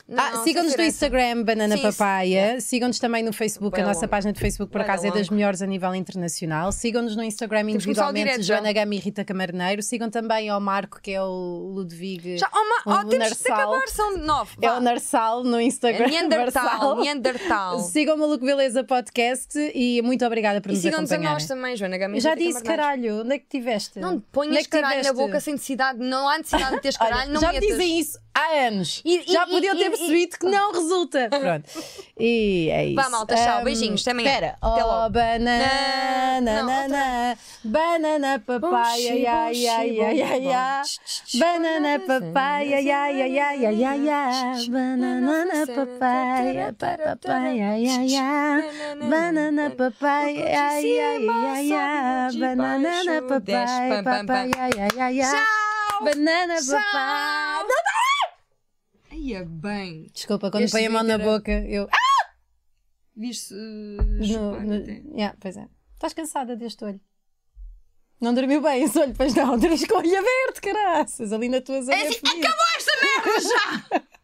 ah,
Não,
sigam-nos
sem
no
ser
Instagram, Banana
Sim,
Papaya. Sigam-nos também no Facebook.
Bem
a nossa
longo.
página de Facebook, por
Bem
acaso, é das
longo.
melhores a nível internacional. Sigam-nos no Instagram
Temos que começar o
individualmente,
direto já.
Joana Gama e Rita Camarneiro. Sigam também ao Marco, que é o Ludwig.
essa. Já, oh, ma-
o
oh, temos de
Narsal.
acabar, são nove.
É
vá.
o Narsal no
É
Instagram.
Neandertal,
Narsal.
Neandertal.
Sigam o Maluco Beleza Podcast e muito obrigada por
E
nos
sigam-nos a
acompanharem.
nós também, Joana Gama.
Eu já
Rita
disse,
Camarneiro.
caralho, onde é que tiveste?
Não
Onde é
ponhas
que
caralho na
tiveste?
boca sem necessidade, não há necessidade de teres
Olha,
caralho, não
já me
metas.
dizem isso há anos.
E- e-
já podiam
e-
ter
e-
percebido que não resulta. Pronto. E é isso.
Vá, malta, tchau,
Ahm,
beijinhos, até amanhã.
Espera.
Até
Oh,
logo.
banana,
Não, não, outra
banana, banana, papaya, ai, ai, ai, ai, ai. Banana, papaya, ai, ai, ai, ai, ai, ai. Banana, papaya, papaya, ai, ai, ai. Banana, papaya, ai, ai, ai, ai. Banana, papaya, papaya, ai, ai, ai, ai.
Tchau!
Banana,
Tchau!
papaya.
Ai, é bem.
Desculpa, quando
Este
põe a mão na
Twitter é-
boca, eu.
Viste eh,
No, no- Yeah, pois é. Estás cansada deste olho. Não dormiu bem esse olho, pois não. Tens com o olho aberto, caraças, ali na tua zona.
assim,
fodida.
esta merda já!